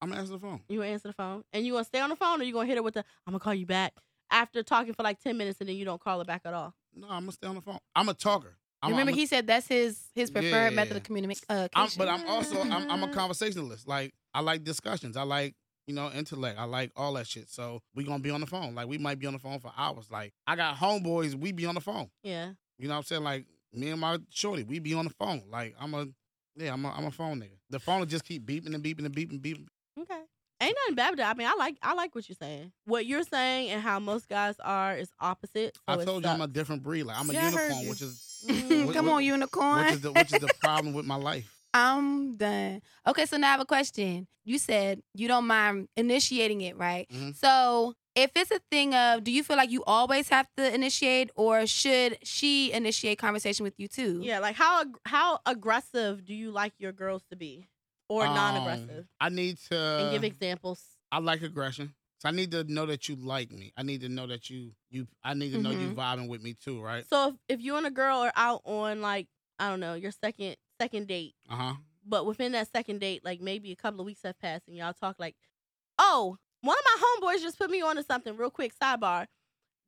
I'm gonna answer the phone. You gonna answer the phone and you gonna stay on the phone or you gonna hit her with the I'm gonna call you back after talking for like 10 minutes and then you don't call her back at all. No, I'm gonna stay on the phone. I'm a talker. I'm Remember, a, I'm a- he said that's his his preferred Yeah. method of communi- uh, communication. I'm, but I'm also I'm, I'm a conversationalist. Like I like discussions. I like you know intellect. I like all that shit. So we gonna be on the phone. Like we might be on the phone for hours. Like I got homeboys. We be on the phone. Yeah. You know what I'm saying? Like me and my shorty, we be on the phone. Like I'm a yeah, I'm a, I'm a phone nigga. The phone will just keep beeping and beeping and beeping beeping. Okay. Ain't nothing bad with that. I mean, I like I like what you're saying. What you're saying and how most guys are is opposite. So I told you I'm a different breed. Like I'm a Yeah, I heard unicorn, you. which is I'm what- Come what- on, unicorn. which is the which is the problem with my life. I'm done. Okay, so now I have a question. You said you don't mind initiating it, right? Mhm. So if it's a thing of, do you feel like you always have to initiate, or should she initiate conversation with you too? yeah. Like how ag- how aggressive do you like your girls to be or Um, non-aggressive? I need to and give examples. I like aggression. So I need to know that you like me. I need to know that you you I need to know you Mm-hmm. vibing with me too, right? So if, if you and a girl are out on like I don't know your second second date, Uh-huh. but within that second date, like maybe a couple of weeks have passed and y'all talk like, oh, one of my homeboys just put me onto something real quick. Sidebar,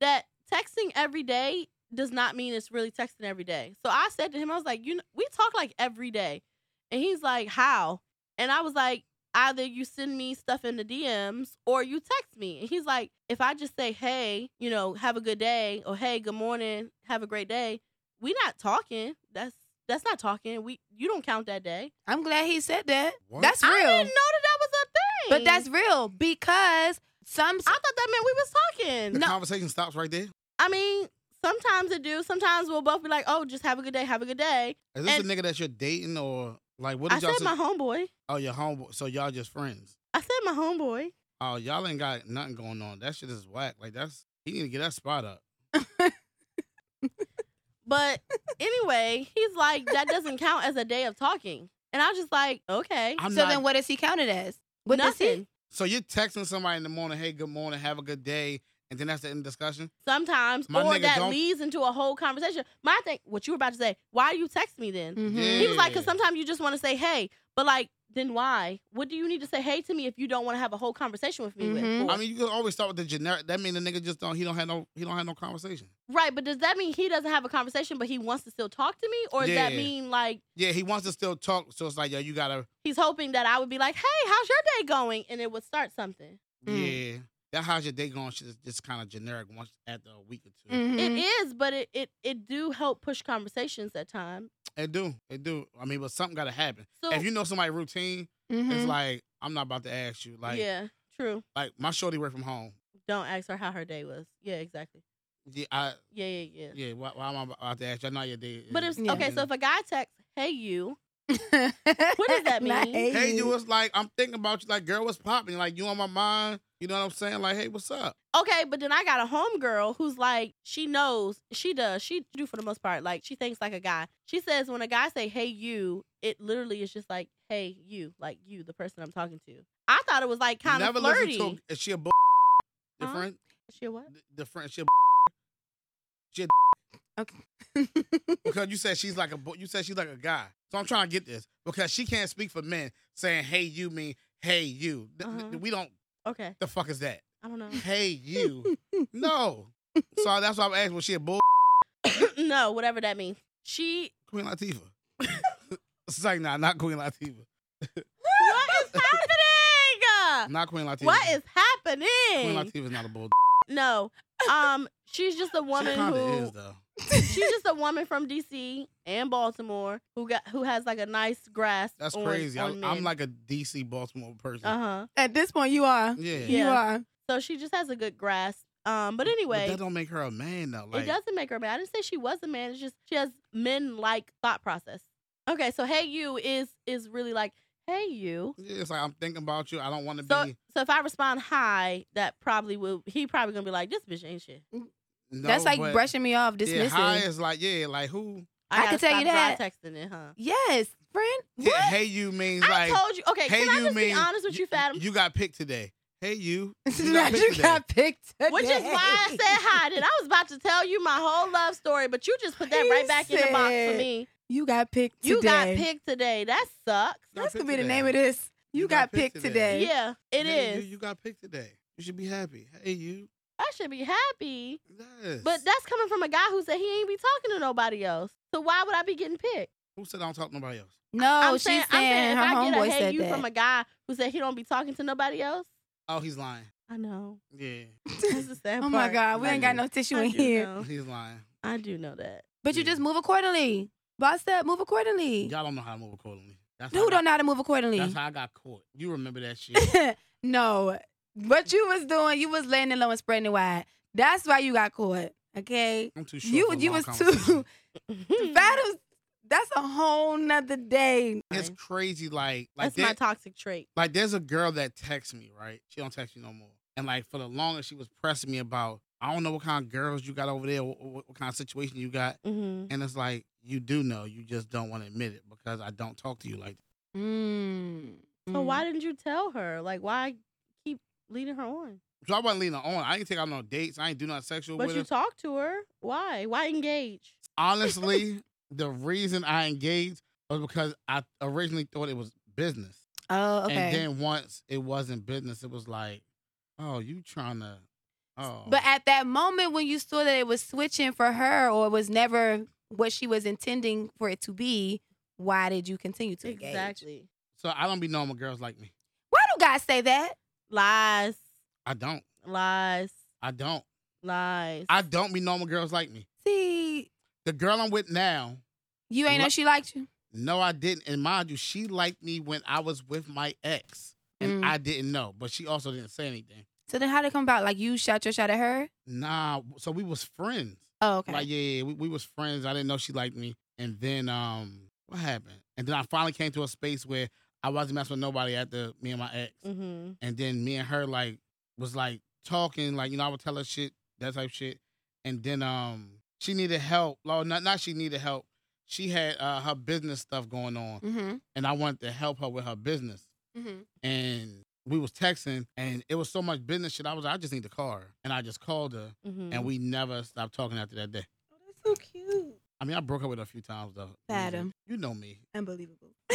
that texting every day does not mean it's really texting every day. So I said to him, I was like, you know, we talk like every day, and he's like, how? And I was like, either you send me stuff in the DMs or you text me. And he's like, if I just say, hey, you know, have a good day, or hey, good morning, have a great day, we not talking. That's that's not talking. We you don't count that day. I'm glad he said that. What? That's real. I didn't know that that was a thing. But that's real because some. I thought that meant we was talking. The conversation stops right there. I mean, sometimes it do. Sometimes we'll both be like, "Oh, just have a good day. Have a good day." Is this And- a nigga that you're dating or like what I did y'all said my say? homeboy. oh, your homeboy. So y'all just friends. I said my homeboy. Oh, y'all ain't got nothing going on. That shit is whack. Like that's he need to get that spot up. But anyway, he's like, "That doesn't count as a day of talking." And I was just like, "Okay, I'm so not then, what is he counted as? What does he? nothing." So you're texting somebody in the morning, hey, good morning, have a good day, and then that's the end of discussion. sometimes, My or nigga that don't- leads into a whole conversation. My thing, what you were about to say, why you text me then? Mm-hmm. Yeah. He was like, because sometimes you just want to say hey, but like, then why? What do you need to say hey to me if you don't want to have a whole conversation with me? Mhm. With? I mean, you can always start with the generic. That mean the nigga just don't. He don't have no. He don't have no conversation. right, but does that mean he doesn't have a conversation, but he wants to still talk to me, or does that Yeah. mean like Yeah, he wants to still talk. So it's like, yo, you gotta. he's hoping that I would be like, hey, how's your day going, and it would start something? Mm. Yeah, that how's your day going? Shit is just kind of generic once after a week or 2 It Mhm. is, but it it it do help push conversations at times. It do. It do. I mean, but something gotta happen. So Mm-hmm. if you know somebody routine, Mhm. it's like I'm not about to ask you. Like, yeah, true. like my shorty work from home. Don't ask her how her day was. Yeah, exactly. Yeah, I, Yeah, yeah, yeah. yeah. Why, why am I about to ask you? I know how your day. But is. if Yeah. okay, so if a guy texts, "Hey you," What does that mean? Not hey, you, you. it's like I'm thinking about you. Like, girl, what's popping? Like, you on my mind? You know what I'm saying? Like, hey, what's up? okay, but then I got a homegirl who's like, she knows, she does, she do for the most part. Like she thinks like a guy. She says when a guy say "Hey you," it literally is just like "Hey you," like you, the person I'm talking to. I thought it was like kind of Never flirty. listen to. Is she a b- Huh? different? She a what? The friend, she a b- Okay. because you said she's like a bo- you said she's like a guy. So I'm trying to get this because she can't speak for men saying "Hey, you" mean "Hey, you." Th- th- Uh-huh. We don't. Okay, The fuck is that? I don't know. Hey, you. no. So that's why I'm asking. Was she a bull? no, whatever that means. She Queen Latifah. it's like nah, not Queen Latifah. what is happening? Not Queen Latifah. What is Queen happening? Latifah's not a bull. No, um, she's just a she woman kinda who is though. She's just a woman from DC and Baltimore who got who has like a nice grasp. That's on- crazy. on I'm, men. I'm like a DC Baltimore person. uh huh. At this point, you are. Yeah. Yeah. You are. So she just has a good grasp. Um, but But anyway, that don't make her a man though. Like, it doesn't make her a man. I didn't say she was a man. It's just she has men like thought process. Okay, so hey you is is really like hey you. Yeah, it's like I'm thinking about you. I don't want to So be. so if I respond hi, that probably will he probably gonna be like this bitch ain't shit. No, That's like but- brushing me off, Yeah, dismissing. hi is like yeah, like who? I, I can gotta tell you stop dry texting it, huh? yes, friend. Yeah, What? hey you means I like told you. Okay, hey can I you just means be honest with you, Fathom? You got picked today. Hey you. you got picked. today. Which is why I said hi. Then I was about to tell you my whole love story, but you just put that He right back in the box for said, me. you got picked. You got today. picked today. That sucks. You got That's gonna be picked the today. name of this. You, got, picked today. Yeah, it Hey, is. You, you got picked today. You should be happy. Hey you. I should be happy, Yes. but that's coming from a guy who said he ain't be talking to nobody else. So why would I be getting picked? who said I don't talk to nobody else? No, I'm Oh, she's saying, saying, I'm saying if I her get a homeboy hey said you that. from a guy who said he don't be talking to nobody else, Oh, he's lying. I know. Yeah, That's the sad oh my part. God, we I ain't got do. no tissue I in do here. know. he's lying. I do know that. But you Yeah. just move accordingly. Boss up, move accordingly. Y'all don't know how to move accordingly. That's how I Who got- don't know how to move accordingly? That's how I got caught. You remember that shit? no. What you was doing, you was laying it low and spreading it wide. That's why you got caught. Okay. I'm too short. You for a you long was too conversation. battles. That's a whole nother day. It's crazy. Like like That's my that- toxic trait. like there's a girl that texts me right. She don't text me no more. And like for the longest, she was pressing me about I don't know what kind of girls you got over there, what, what, what kind of situation you got. hmm And it's like you do know, you just don't want to admit it because I don't talk to you like. that. Mm. So why didn't you tell her? Like, why keep leading her on? So I wasn't leaning on. I ain't take out no dates. I ain't do nothing sexual But with you her. talked to her. Why? Why engage? Honestly, the reason I engaged was because I originally thought it was business. Oh, okay. And then once it wasn't business, it was like, oh, you trying to, oh. But at that moment when you saw that it was switching for her or it was never what she was intending for it to be, why did you continue to engage? Exactly. so I don't be knowing what girls like me. Why do guys say that? Lies. I don't. Lies. I don't. Lies. I don't be normal girls like me. See, The girl I'm with now, you ain't know Li- she liked you. no, I didn't. And mind you, she liked me when I was with my ex, and Mm. I didn't know. But she also didn't say anything. So then how did it come about? Like you shot your shot at her? Nah, so we was friends. Oh, okay. Like yeah, yeah, we, we was friends. I didn't know she liked me. And then um, what happened? And then I finally came to a space where I wasn't messing with nobody after me and my ex. Mm-hmm. And then me and her like was like talking, like you know I would tell her shit, that type shit. And then um, she needed help. Well, not not she needed help. She had uh, her business stuff going on, mm-hmm. and I wanted to help her with her business. Mm-hmm. And we was texting and it was so much business shit. I was like, I just need the car. And I just called her Mhm. and we never stopped talking after that day. Oh, that's so cute. I mean, I broke up with her a few times though. Adam. You know me. Unbelievable.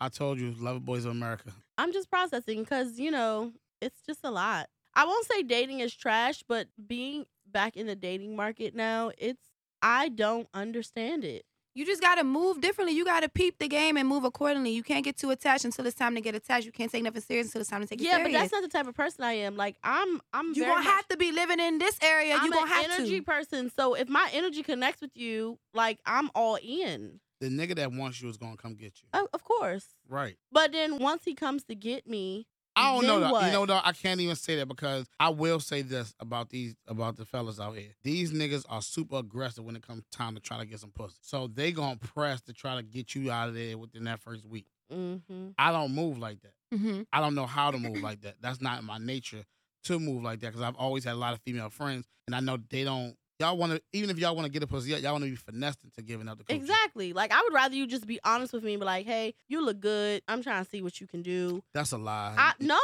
I told you, Love Boys of America. I'm just processing because, you know, it's just a lot. I won't say dating is trash, but being back in the dating market now, it's, I don't understand it. You just gotta move differently. You gotta peep the game and move accordingly. You can't get too attached until it's time to get attached. You can't take nothing serious until it's time to take yeah, it but serious. that's not the type of person I am. Like, I'm, I'm, you very gonna much- have to be living in this area. I'm you gonna an have energy to. person. So if my energy connects with you, like, I'm all in. The nigga that wants you is gonna come get you. Oh, Of, of course. Right. But then once he comes to get me, I don't Then know. Though. what? You know though, I can't even say that because I will say this about these about the fellas out here. These niggas are super aggressive when it comes time to try to get some pussy. So they gonna press to try to get you out of there within that first week. hmm I don't move like that. Mm-hmm. I don't know how to move like that. That's not in my nature to move like that because I've always had a lot of female friends, and I know they don't. Y'all want to, even if y'all want to get a pussy, y'all want to be finessed into giving up the coochie. exactly. Like, I would rather you just be honest with me and be like, hey, you look good. I'm trying to see what you can do. That's a lie. I, no,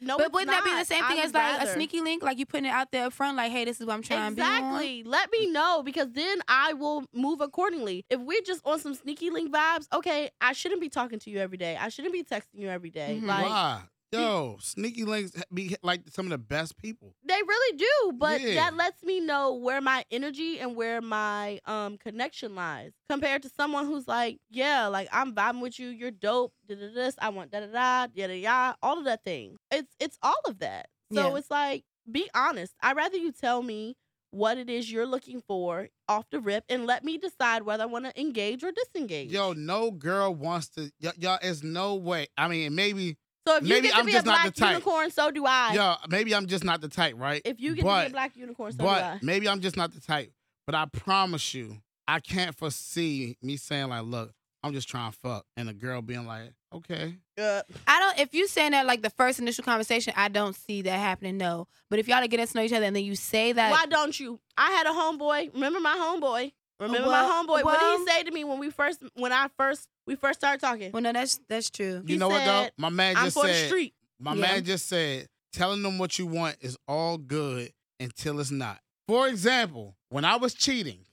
no. Um, But it's wouldn't that be the not. same I thing would as like rather. a sneaky link? Like you putting it out there up front, like, hey, this is what I'm trying to be Exactly. Let me know because then I will move accordingly. If we're just on some sneaky link vibes, okay, I shouldn't be talking to you every day. I shouldn't be texting you every day. Mhm. Like Why? Yo, sneaky links be like some of the best people. they really do, but Yeah. that lets me know where my energy and where my um connection lies compared to someone who's like, yeah, like I'm vibing with you. You're dope. Da da this. I want da da da yada yada. All of that thing. It's it's all of that. So Yeah. it's like be honest. I'd rather you tell me what it is you're looking for off the rip and let me decide whether I want to engage or disengage. Yo, no girl wants to. Y- y'all, it's no way. I mean, maybe. so if you maybe get to I'm be just a not the black type. unicorn, so do I. Yo, maybe I'm just not the type, right? If you get to be But- a black unicorn, so do I. but maybe I'm just not the type. But I promise you, I can't foresee me saying like, "Look, I'm just trying to fuck," and a girl being like, "Okay." Yeah. on. I don't if you saying that like the first initial conversation, I don't see that happening, no. But if y'all are getting to know each other and then you say that Why don't you? I had a homeboy. Remember my homeboy? Remember Well- my homeboy? what well- did he say to me when we first when I first we first started talking? Well no, that's that's true. You He know what though? said, My man I'm just for the said. street. My Yeah. man just said, telling them what you want is all good until it's not. For example, when I was cheating,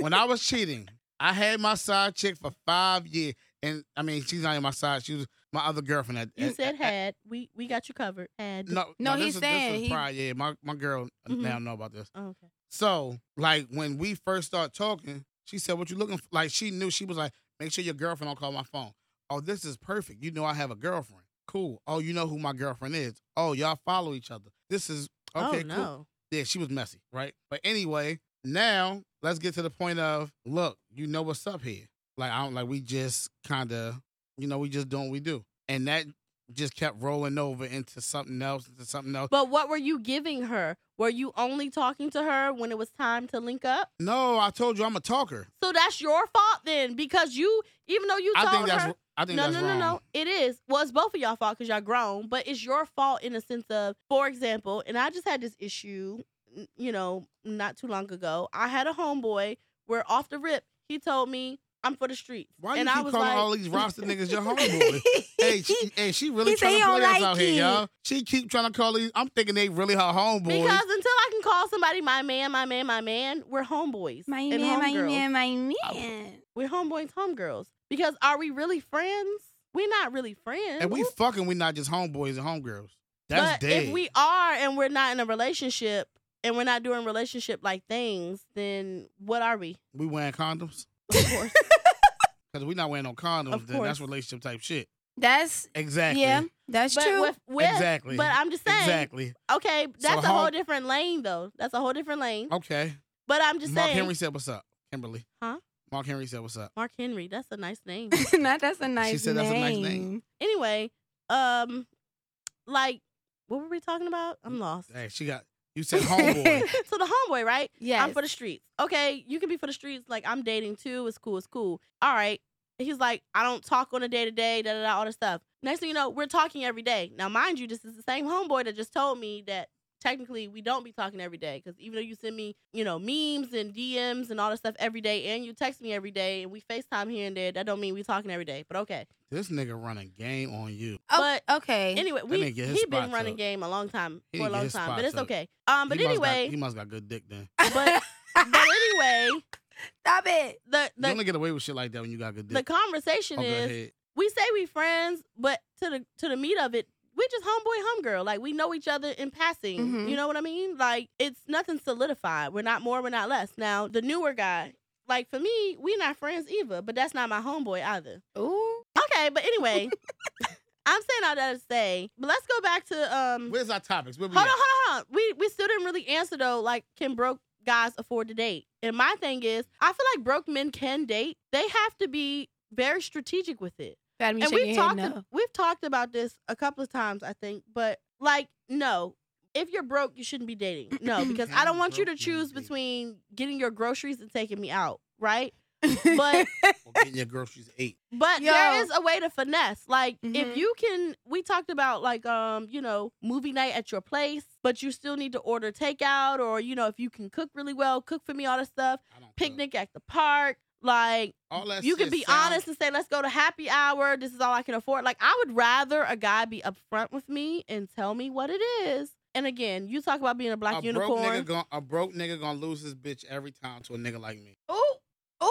when I was cheating, I had my side chick for five years. And I mean, she's not even my side. She was my other girlfriend. At, You at- said at- had. We we got you covered. Had. No, No, this he's is, saying This is he- Mm-hmm. prior, yeah, my, my girl Mhm. now know about this. Oh, okay. So, like, when we first start talking, she said, What you looking for? Like, she knew, she was like, Make sure your girlfriend don't call my phone. Oh, this is perfect. You know, I have a girlfriend. Cool. Oh, you know who my girlfriend is. Oh, y'all follow each other. This is okay, oh cool. no. Yeah, she was messy, right? But anyway, now let's get to the point of look, you know what's up here. Like I don't like we just kind of, you know, we just do what we do, and that just kept rolling over into something else, into something else. But what were you giving her? Were you only talking to her when it was time to link up? No, I told you I'm a talker. So that's your fault then, because you even though you told I think that's her. I think no, that's no, wrong. no, no. It is. Well, it's both of y'all fault because y'all grown, but it's your fault in the sense of, for example, and I just had this issue, n- you know, not too long ago. I had a homeboy where off the rip, he told me, I'm for the streets. Why and you I keep was calling like, all these roster niggas your homeboy? Hey, she, hey, she really He say he trying to don't play us like out you. here, y'all. She keep trying to call these. I'm thinking they really her homeboys. because until I can call somebody my man, my man, my man, we're homeboys. My and man, my homegirls. man, my man. We're homeboys, homegirls. Because are we really friends? We're not really friends. and we fucking, we not just homeboys and homegirls. That's but dead. if we are and we're not in a relationship and we're not doing relationship like things, then what are we? we wearing condoms Of course. because we not wearing no condoms. Of then that's course. relationship type shit. That's Exactly. yeah, that's but true. with, with Exactly. But I'm just saying. Exactly. Okay, that's a home- whole different lane though. That's a whole different lane. Okay. But I'm just Oh, Mark saying. Henry said, "What's up, Kimberly?" Huh? Mark Henry said, "What's up?" Mark Henry. That's a nice name. Not that's a nice said that's a nice name. anyway, um, like what were we talking about? I'm lost. Hey, she got. You said homeboy. so the homeboy, right? Yeah. I'm for the streets. Okay, you can be for the streets. Like I'm dating too. It's cool. It's cool. All right. He's like, I don't talk on a day to day, da da da, all this stuff. Next thing you know, we're talking every day. Now, mind you, this is the same homeboy that just told me that technically we don't be talking every day because even though you send me, you know, memes and DMs and all this stuff every day, and you text me every day, and we FaceTime here and there, that don't mean we talking every day. But okay. This nigga running game on you. But Oh, Okay. Anyway, we nigga get his he been spots running up. game a long time He for a need to get long his time, but spots it's up. okay. Um, but He must got- anyway, he must got good dick then. but but anyway, Stop it. the you the only get away with shit like that when you got good the dick. conversation Oh, go is ahead. we say we friends, but to the to the meat of it, we just homeboy homegirl. Like we know each other in passing. Mm-hmm. Mhm. You know what I mean? Like it's nothing solidified. We're not more, we're not less. Now the newer guy, like for me, we not friends either, but that's not my homeboy either. Ooh. Okay, but anyway, I'm saying all that to say, but let's go back to um Where's our topics? Where we Hold at? on, hold on, hold on. We we still didn't really answer though. Like, can broke guys afford to date? And my thing is, I feel like broke men can date. They have to be very strategic with it. Adam, you and shake we've your head talked no. we've talked about this a couple of times, I think. But like, no, if you're broke, you shouldn't be dating. No, because I don't want you to Broke men choose date. between getting your groceries and taking me out, right? But Or getting your groceries ate. But there Yo. is a way to finesse. Like if Mhm. you can, we talked about like um, you know, movie night at your place, but you still need to order takeout, or you know, if you can cook really well, cook for me, all this stuff. I don't cook. Picnic at the park, like All that you can shit be sound- honest and say, let's go to happy hour. This is all I can afford. Like I would rather a guy be upfront with me and tell me what it is. And again, you talk about being a black a unicorn. Broke nigga gon- a broke nigga gonna lose his bitch every time to a nigga like me. Ooh. Ooh.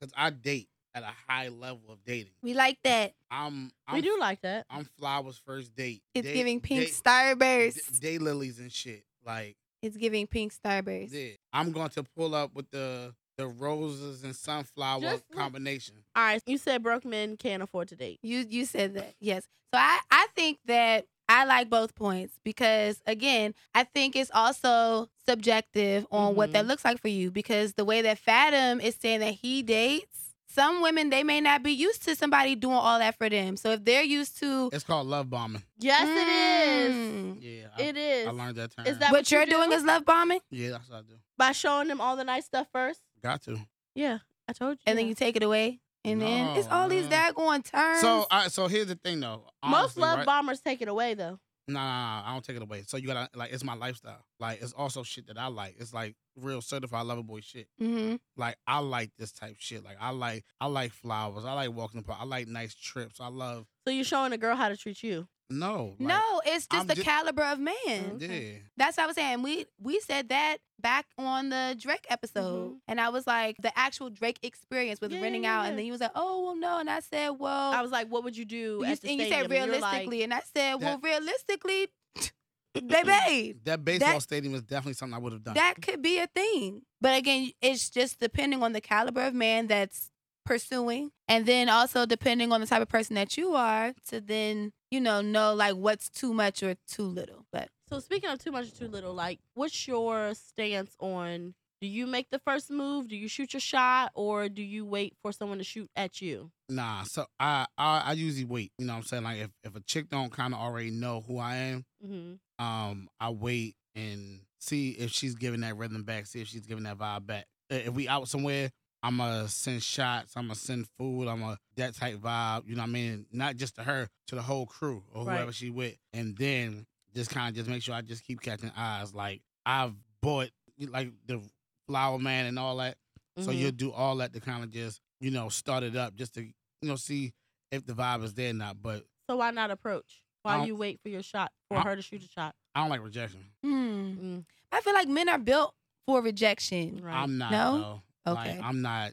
Cause I date at a high level of dating. We like that. I'm, I'm we do like that. I'm flowers first date. It's Day- giving pink day- starburst. Day lilies and shit. Like It's giving pink starburst. yeah. I'm going to pull up with the the roses and sunflower Just look- combination. All right, you said broke men can't afford to date. You you said that. Yes. So I I think that I like both points because again, I think it's also subjective on what that looks like for you because the way that Fathom is saying that he dates, some women they may not be used to somebody doing all that for them. So if they're used to It's called love bombing. Yes, it is. Mm. Yeah. I, It is. I learned that term. Is that- What what you you're doing do? is love bombing yeah, that's what I do. by showing them all the nice stuff first. Got to. Yeah, I told you. and then you take it away. And then it's No, all these man. daggone terms. So I so here's the thing though. most Honestly, love right? bombers take it away though. Nah, nah, nah, I don't take it away. So you gotta like it's my lifestyle. Like it's also shit that I like. It's like real certified lover boy shit. hmm Like I like this type shit. Like I like I like flowers. I like walking the park. I like nice trips. I love So you're showing a girl how to treat you. no. Like, no, it's just I'm the ju- caliber of man. Yeah. That's what I was saying. We we said that back on the Drake episode, Mhm. and I was like the actual Drake experience with Yeah, renting yeah, out, yeah. and then you was like, "Oh well, no," and I said, "Well," I was like, what would you do? Oh. you, at and the you said stadium? And you're like, realistically, and I said, "Well, That- realistically, baby, That baseball That- stadium is definitely something I would have done. that could be a thing." But again, it's just depending on the caliber of man that's pursuing, and then also depending on the type of person that you are to then you know know like what's too much or too little. But So speaking of too much or too little, like, what's your stance on? Do you make the first move? Do you shoot your shot, or do you wait for someone to shoot at you? nah, so I, I I usually wait. You know what I'm saying? Like if, if a chick don't kinda already know who I am, Mm-hmm. um, I wait and see if she's giving that rhythm back, see if she's giving that vibe back. Uh, If we out somewhere, I'ma send shots, I'ma send food, I'ma that type vibe, you know what I mean? Not just to her, to the whole crew or Right. whoever she with. And then just kind of just make sure I just keep catching eyes. Like I've bought like the flower man and all that. So Mm-hmm. you'll do all that to kind of just, you know, start it up just to, you know, see if the vibe is there or not. But So why not approach? Why I'll- you wait for your shot for I'll- her to shoot a shot? I don't like rejection. hmm, Mm, I feel like men are built for rejection. right. I'm not. No? No. Okay. Like, I'm not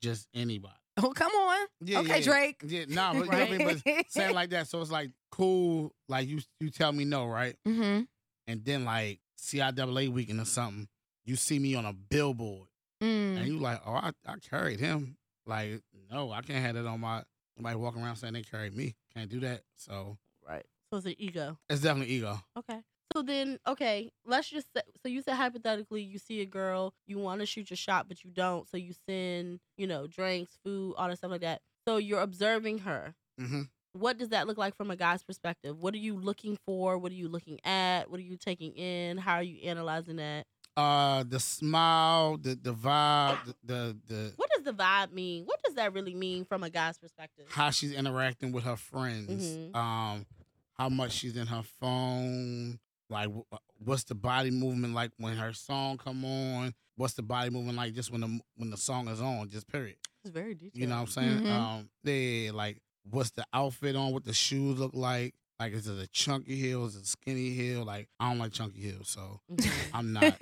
just anybody. Oh, come on. Yeah, okay, yeah. Drake. Yeah, nah, but, you know what I mean? but saying like that, so it's like cool. Like you, you tell me no, right? mm-hmm. And then like CIAA weekend or something, you see me on a billboard, Mm. and you like, oh, I, I carried him. Like, no, I can't have that on my. Somebody walking around saying they carried me. Can't do that. So right. So it's an ego. it's definitely ego. Okay. So then, okay, let's just say, so you said hypothetically you see a girl, you want to shoot your shot, but you don't, so you send, you know, drinks, food, all that stuff like that. So you're observing her. hmm What does that look like from a guy's perspective? What are you looking for? What are you looking at? What are you taking in? How are you analyzing that? Uh, the smile, the the vibe, the the, the What does the vibe mean? What does that really mean from a guy's perspective? how she's interacting with her friends, Mhm. um, how much she's in her phone, Like, wh- what's the body movement like when her song come on? What's the body movement like just when the when the song is on? Just period. It's very detailed. You know what I'm saying? Mhm. Um, yeah, like what's the outfit on? What the shoes look like? Like, is it a chunky heel? Is it a skinny heel? Like, I don't like chunky heels, so Mhm. I'm not.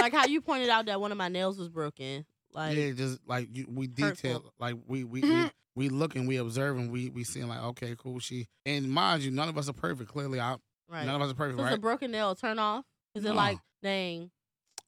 like how you pointed out that one of my nails was broken. Like yeah, just like you, we hurtful. detail, like we we, we Mhm. we look and we observe and we we seeing like, okay, cool. She and mind you, none of us are perfect. Clearly, I right. none of us are So perfect, it's right? a broken nail turn off? Is it No. like dang?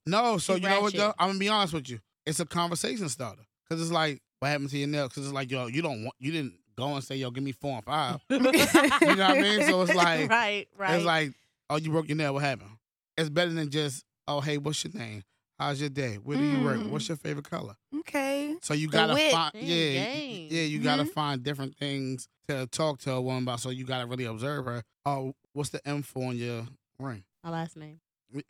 no, so She's you know what ratchet. though? I'm gonna be honest with you. It's a conversation starter because it's like, what happened to your nail? Because it's like, yo, you don't want, you didn't go and say, yo, give me four and five. You know what I mean? So it's like, right, right. It's like, oh, you broke your nail. What happened? It's better than just, oh, hey, what's your name? How's your day? Where do you work? Mm. What's your favorite color? Okay. So you gotta wit. find, Dang, yeah, dang. yeah, you gotta find different things to talk to a woman about. So you gotta really observe her. Oh, what's the info on your ring? my last name.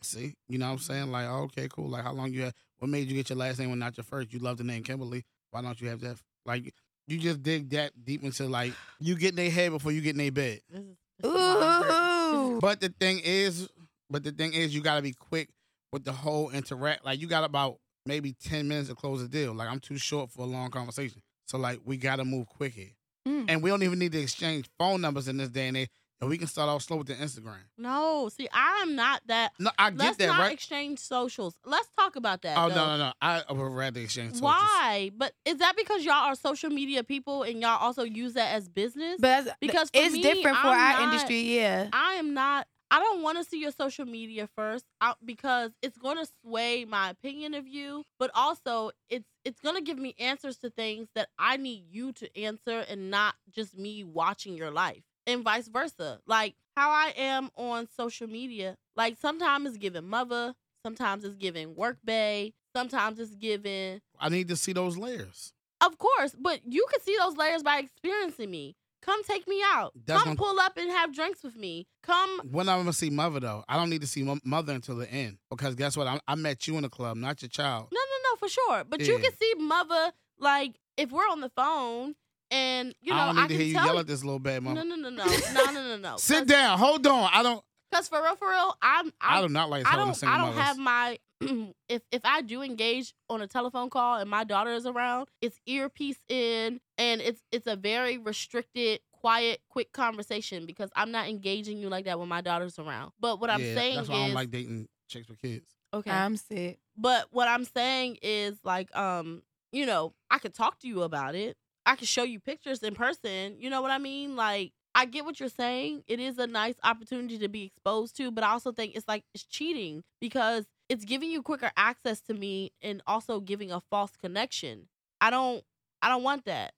See, you know what I'm saying? Like, oh, okay, cool. Like, how long you had? What made you get your last name and not your first? You love the name Kimberly. Why don't you have that? Like, you just dig that deep into like you get in their head before you get in their bed. This is, this is why I'm hurt. Ooh. But the thing is, but the thing is, you gotta be quick with the whole interact. Like you got about maybe ten minutes to close the deal. Like I'm too short for a long conversation. So like we gotta move quick here, Mm. and we don't even need to exchange phone numbers in this day and age. And we can start off slow with the Instagram. No, see, I'm not that. No, I get Let's that, not right? exchange socials. Let's talk about that. oh though. no, no, no! I I would rather exchange. Soldiers. Why? But is that because y'all are social media people and y'all also use that as business? But that's- Because for it's me, different I'm for our not- industry, yeah. I am not. I don't want to see your social media first out because it's going to sway my opinion of you, but also it's it's going to give me answers to things that I need you to answer and not just me watching your life and vice versa. Like how I am on social media, like sometimes it's giving mother, sometimes it's giving work bay, sometimes it's giving I need to see those layers. of course, but you can see those layers by experiencing me. Come take me out. That's Come what- pull up and have drinks with me. Come When I'm gonna see mother though, I don't need to see mo- mother until the end because guess what? I, I met you in the club, not your child. No, no, no, for sure. But you Yeah. can see mother like if we're on the phone and you know I I, don't need to can hear you tell. yell at this little bad no, mother. no, no, no, no, no, no, no. Sit down. Hold on. I don't. Because for real, for real, I'm. I I'm do not like I holding don't. single I don't mothers. have my. if if I do engage on a telephone call and my daughter is around, it's earpiece in, and it's it's a very restricted, quiet, quick conversation because I'm not engaging you like that when my daughter's around. But what I'm Yeah, saying that's is, why I don't like dating chicks with kids. okay, I'm sick. but what I'm saying is like um you know I could talk to you about it. I could show you pictures in person. You know what I mean? Like I get what you're saying. It is a nice opportunity to be exposed to, but I also think it's like it's cheating because it's giving you quicker access to me and also giving a false connection. I don't I don't want that.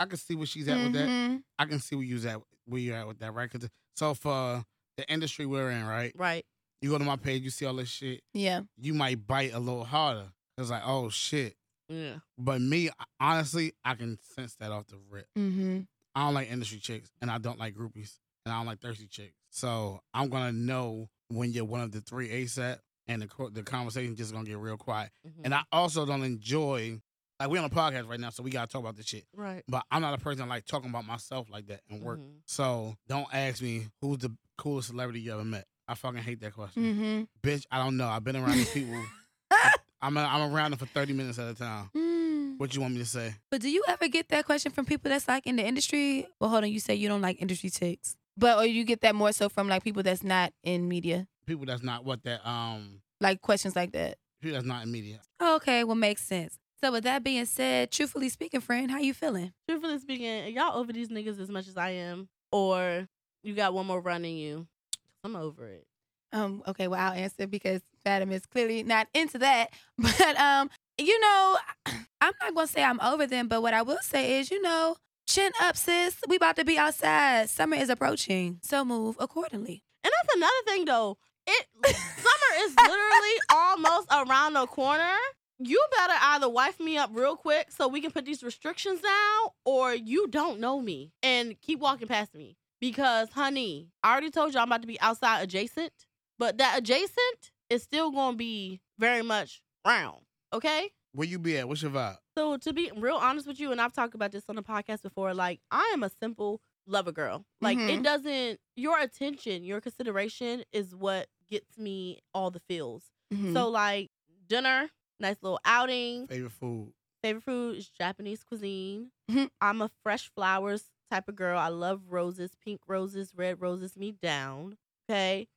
I can see where she's at with Mm-hmm. that. Mhm. I can see where you's at where you're at with that, right? 'Cause- so for the industry we're in, right? Right. You go to my page, you see all this shit. Yeah. You might bite a little harder. It's like, oh shit. Yeah. But me, honestly, I can sense that off the rip. Mm-hmm. I don't like industry chicks, and I don't like groupies, and I don't like thirsty chicks. So I'm gonna know when you're one of the three ASAP, and the co- the conversation just gonna get real quiet. Mhm. And I also don't enjoy like we're on a podcast right now, so we gotta talk about this shit. right. But I'm not a person that like talking about myself like that and work. Mhm. So don't ask me who's the coolest celebrity you ever met. I fucking hate that question, Mm-hmm. bitch. I don't know. I've been around these people. I'm a, I'm around them for thirty minutes at a time. Mm. What you want me to say? But do you ever get that question from people that's like in the industry? Well, hold on, you say you don't like industry ticks. But or you get that more so from like people that's not in media, People that's not what that um like questions like that. people that's not in media. Okay, well makes sense. So with that being said, truthfully speaking, friend, how you feeling? Truthfully speaking, y'all over these niggas as much as I am, or you got one more run in you. I'm over it. Um, okay, well I'll answer because Fatima is clearly not into that. But um, you know, I'm not gonna say I'm over them, but what I will say is, you know, chin up, sis. We about to be outside. Summer is approaching, so move accordingly. And that's another thing though. It summer is literally almost around the corner. You better either wife me up real quick so we can put these restrictions down, or you don't know me and keep walking past me. Because, honey, I already told you I'm about to be outside adjacent, but that adjacent is still going to be very much round. Okay? Where you be at? What's your vibe? So to be real honest with you, and I've talked about this on the podcast before, like I am a simple love a girl. Like Mhm. it doesn't your attention, your consideration is what gets me all the feels. Mm-hmm. So like dinner, nice little outing. Favorite food. Favorite food is Japanese cuisine. Mhm. I'm a fresh flowers type of girl. I love roses, pink roses, red roses me down. Okay.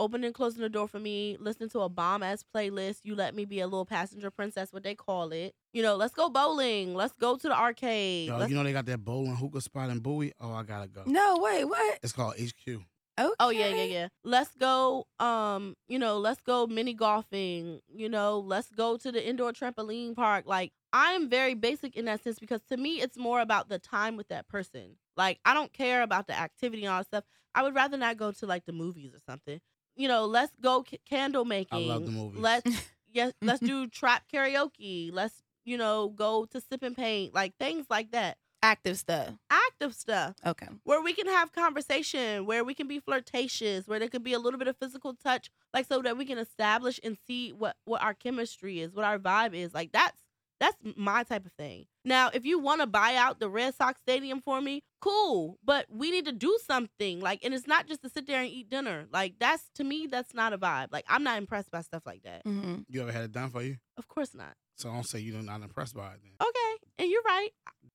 Opening and closing the door for me, listening to a bomb ass playlist. You let me be a little passenger princess, what they call it. You know, let's go bowling. Let's go to the arcade. Yo, Let's- you know they got that bowling hookah spot in Bowie. Oh, I gotta go. no, wait, what? It's called HQ. Okay. Oh yeah, yeah, yeah. Let's go. Um, you know, let's go mini golfing. You know, let's go to the indoor trampoline park. Like I am very basic in that sense because to me it's more about the time with that person. Like I don't care about the activity and all that stuff. I would rather not go to like the movies or something. You know, let's go c- candle I making. love the movies. Let's yes, let's do trap karaoke. Let's you know go to sip and paint like things like that. Active stuff. Active stuff Okay. where we can have conversation, where we can be flirtatious, where there could be a little bit of physical touch, like so that we can establish and see what what our chemistry is, what our vibe is. Like that's that's my type of thing. Now, if you want to buy out the Red Sox stadium for me, cool, but we need to do something. Like and it's not just to sit there and eat dinner. Like that's to me that's not a vibe. Like I'm not impressed by stuff like that. Mhm. You ever had it done for you? Of course not. So don't say you're not impressed by it. Then Okay. And you're right.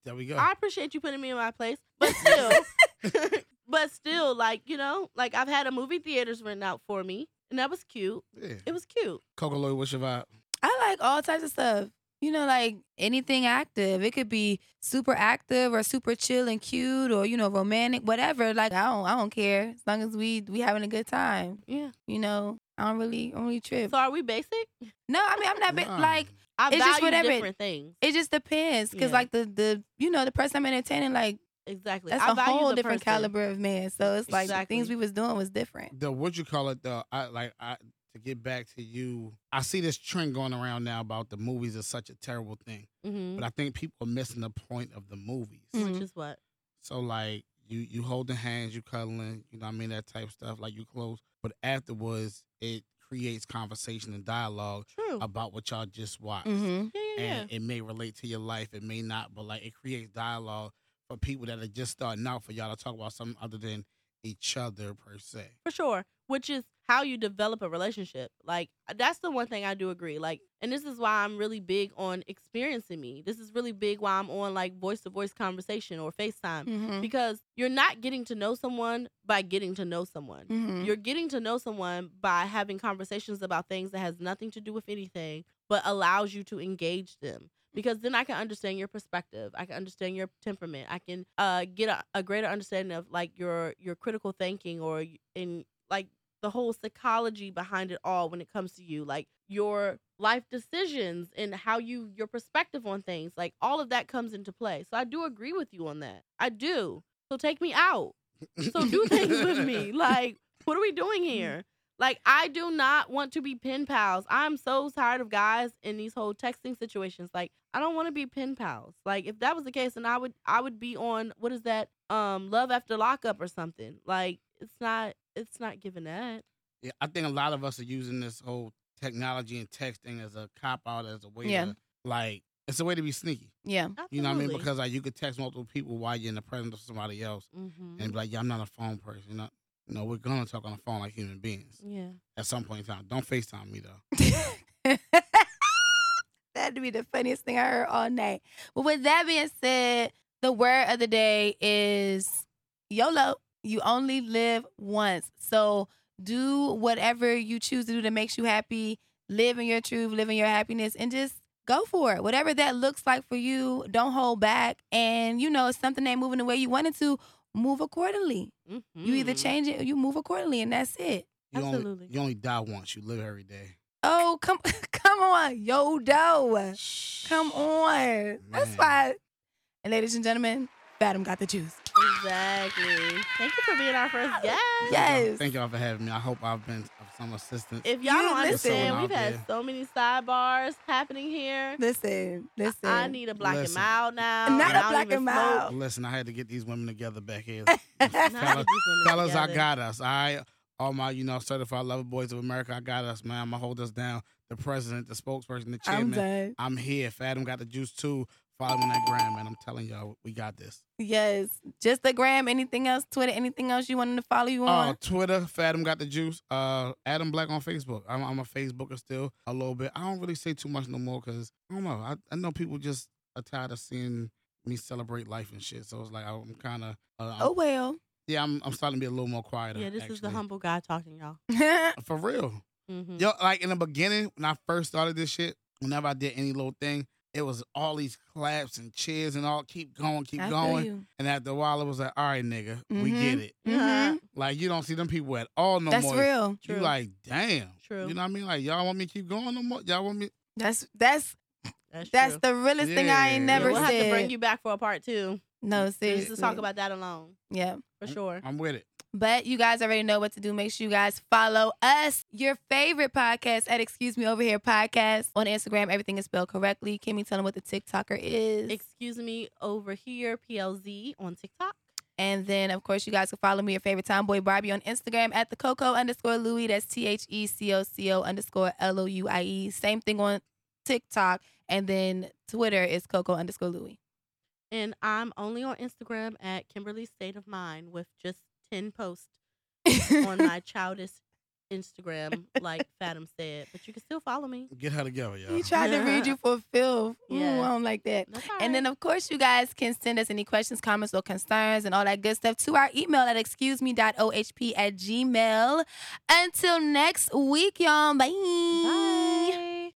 there we go. I appreciate you putting me in my place, but still, but still, like you know, like I've had a movie theaters written out for me, and that was cute. yeah. It was cute. Coco Lloyd, what's your vibe? I like all types of stuff. You know, like anything active. It could be super active or super chill and cute or you know romantic, whatever. Like I don't, I don't care as long as we we having a good time. Yeah. You know, I don't really, I don't really trip. So are we basic? no, I mean I'm not bit Nah. like I It's value just whatever it- different things. it just depends because Yeah. like the the you know the person I'm entertaining like Exactly. that's I a value whole the different person. caliber of man. So it's like the things Exactly. we was doing was different. the what you call it the I like I to get back to you. I see this trend going around now about the movies is such a terrible thing, Mhm. but I think people are missing the point of the movies. Mm. Which is what. So like you you holding hands, you cuddling, you know what I mean that type of stuff. Like you close, but afterwards it creates conversation and dialogue True. about what y'all just watched, Mm-hmm. yeah, yeah, yeah. and it may relate to your life, it may not, but like it creates dialogue for people that are just starting out for y'all to talk about something other than each other per se. for sure which is how you develop a relationship like that's the one thing i do agree like and this is why i'm really big on experiencing me this is really big why i'm on like voice to voice conversation or facetime Mm-hmm. because you're not getting to know someone by getting to know someone Mm-hmm. you're getting to know someone by having conversations about things that has nothing to do with anything but allows you to engage them because then i can understand your perspective i can understand your temperament i can uh, get a, a greater understanding of like your your critical thinking or y- in like the whole psychology behind it all when it comes to you like your life decisions and how you your perspective on things like all of that comes into play so i do agree with you on that i do so take me out so do things with me. Like, what are we doing here? Like, I do not want to be pen pals. I'm so tired of guys in these whole texting situations. Like, I don't want to be pen pals. Like, if that was the case, then I would I would be on what is that? Um, love after lockup or something. Like, it's not it's not giving that. Yeah, I think a lot of us are using this whole technology and texting as a cop out, as a way Yeah. to like it's a way to be sneaky. Yeah. Absolutely. You know what I mean? Because like you could text multiple people while you're in the presence of somebody else Mhm. and be like, Yeah, I'm not a phone person. You know, no, we're gonna talk on the phone like human beings Mm-hmm. yeah. at some point in time. Don't FaceTime me though. That'd be the funniest thing I heard all night. But with that being said, the word of the day is YOLO. You only live once. So do whatever you choose to do that makes you happy. Live in your truth, live in your happiness, and just go for it. Whatever that looks like for you, don't hold back. And you know, if something ain't moving the way you wanted to, move accordingly. You either Mhm. change it or you move accordingly, and that's it. You Absolutely. only you only die once, you live every day. Oh, come come on, yo do. Come on. That's Man. why. And ladies and gentlemen, Fathom got the juice. Exactly. Thank you for being our first guest. Thank y'all- Yes. Thank y'all for having me. I hope I've been of some assistance. If y'all You don't listen. understand, Someone we've out had there. so many sidebars happening here. Listen, listen. I need a black and Listen. mild now. Not and a I don't black even and smoke. mild. Listen, I had to get these women together back here. Not with Fellas- these women Fellas, I together. got us. I all my, you know, certified lover boys of America, I got us, man. I'ma hold us down. The president, the spokesperson, the I'm chairman. done. I'm, here. Fathom got the juice too. Follow me on that gram, man. I'm telling y'all, we got this. Yes. Just the gram. Anything else? Twitter? Anything else you wanted to follow you Uh, on? Twitter, Fathom got the juice. Uh, Adam Black on Facebook. I'm, I'm a Facebooker still a little bit. I don't really say too much no more because I don't know. I, I know people just are tired of seeing me celebrate life and shit. So it's like I'm kind of uh, oh well. yeah. I'm, I'm starting to be a little more quieter. Yeah, this is the actually. humble guy talking, y'all. for real. Mm-hmm. Yo, like in the beginning when I first started this shit, whenever I did any little thing, it was all these claps and cheers and all. Keep going, keep going. And after a while, it was like, all right, nigga, we Mhm. Mm-hmm. get it. hmm Like you don't see them people at all no That's more. real. You True. like, damn. True. You know what I mean? Like, y'all want me to keep going no more? Y'all want me? That's that's That's, that's true. the realest thing I ain't Yeah. never we'll said. have to bring you back for a part two. no, seriously. Let's just talk about that alone yeah. for sure. I'm with it. But you guys already know what to do. Make sure you guys follow us, your favorite podcast at Excuse Me Over Here Podcast on Instagram. Everything is spelled correctly. Kimmy, tell them what the TikToker is. Excuse me, over here, PLZ on TikTok. and then, of course, you guys can follow me, your favorite tomboy Barbie, on Instagram at the Coco underscore Louie. That's T H E C O C O underscore L O U I E. Same thing on TikTok. And then Twitter is Coco underscore Louie. And I'm only on Instagram at Kimberly State of Mind with just 10 posts on my childish Instagram, like Fathom said. But you can still follow me. Get her together, y'all. He tried to read you for Phil. Ooh, Yes. I don't like that. That's And then, of course, you guys can send us any questions, comments, or concerns and all that good stuff to our email at excuseme.ohp at gmail. Until next week, y'all. Bye. Bye.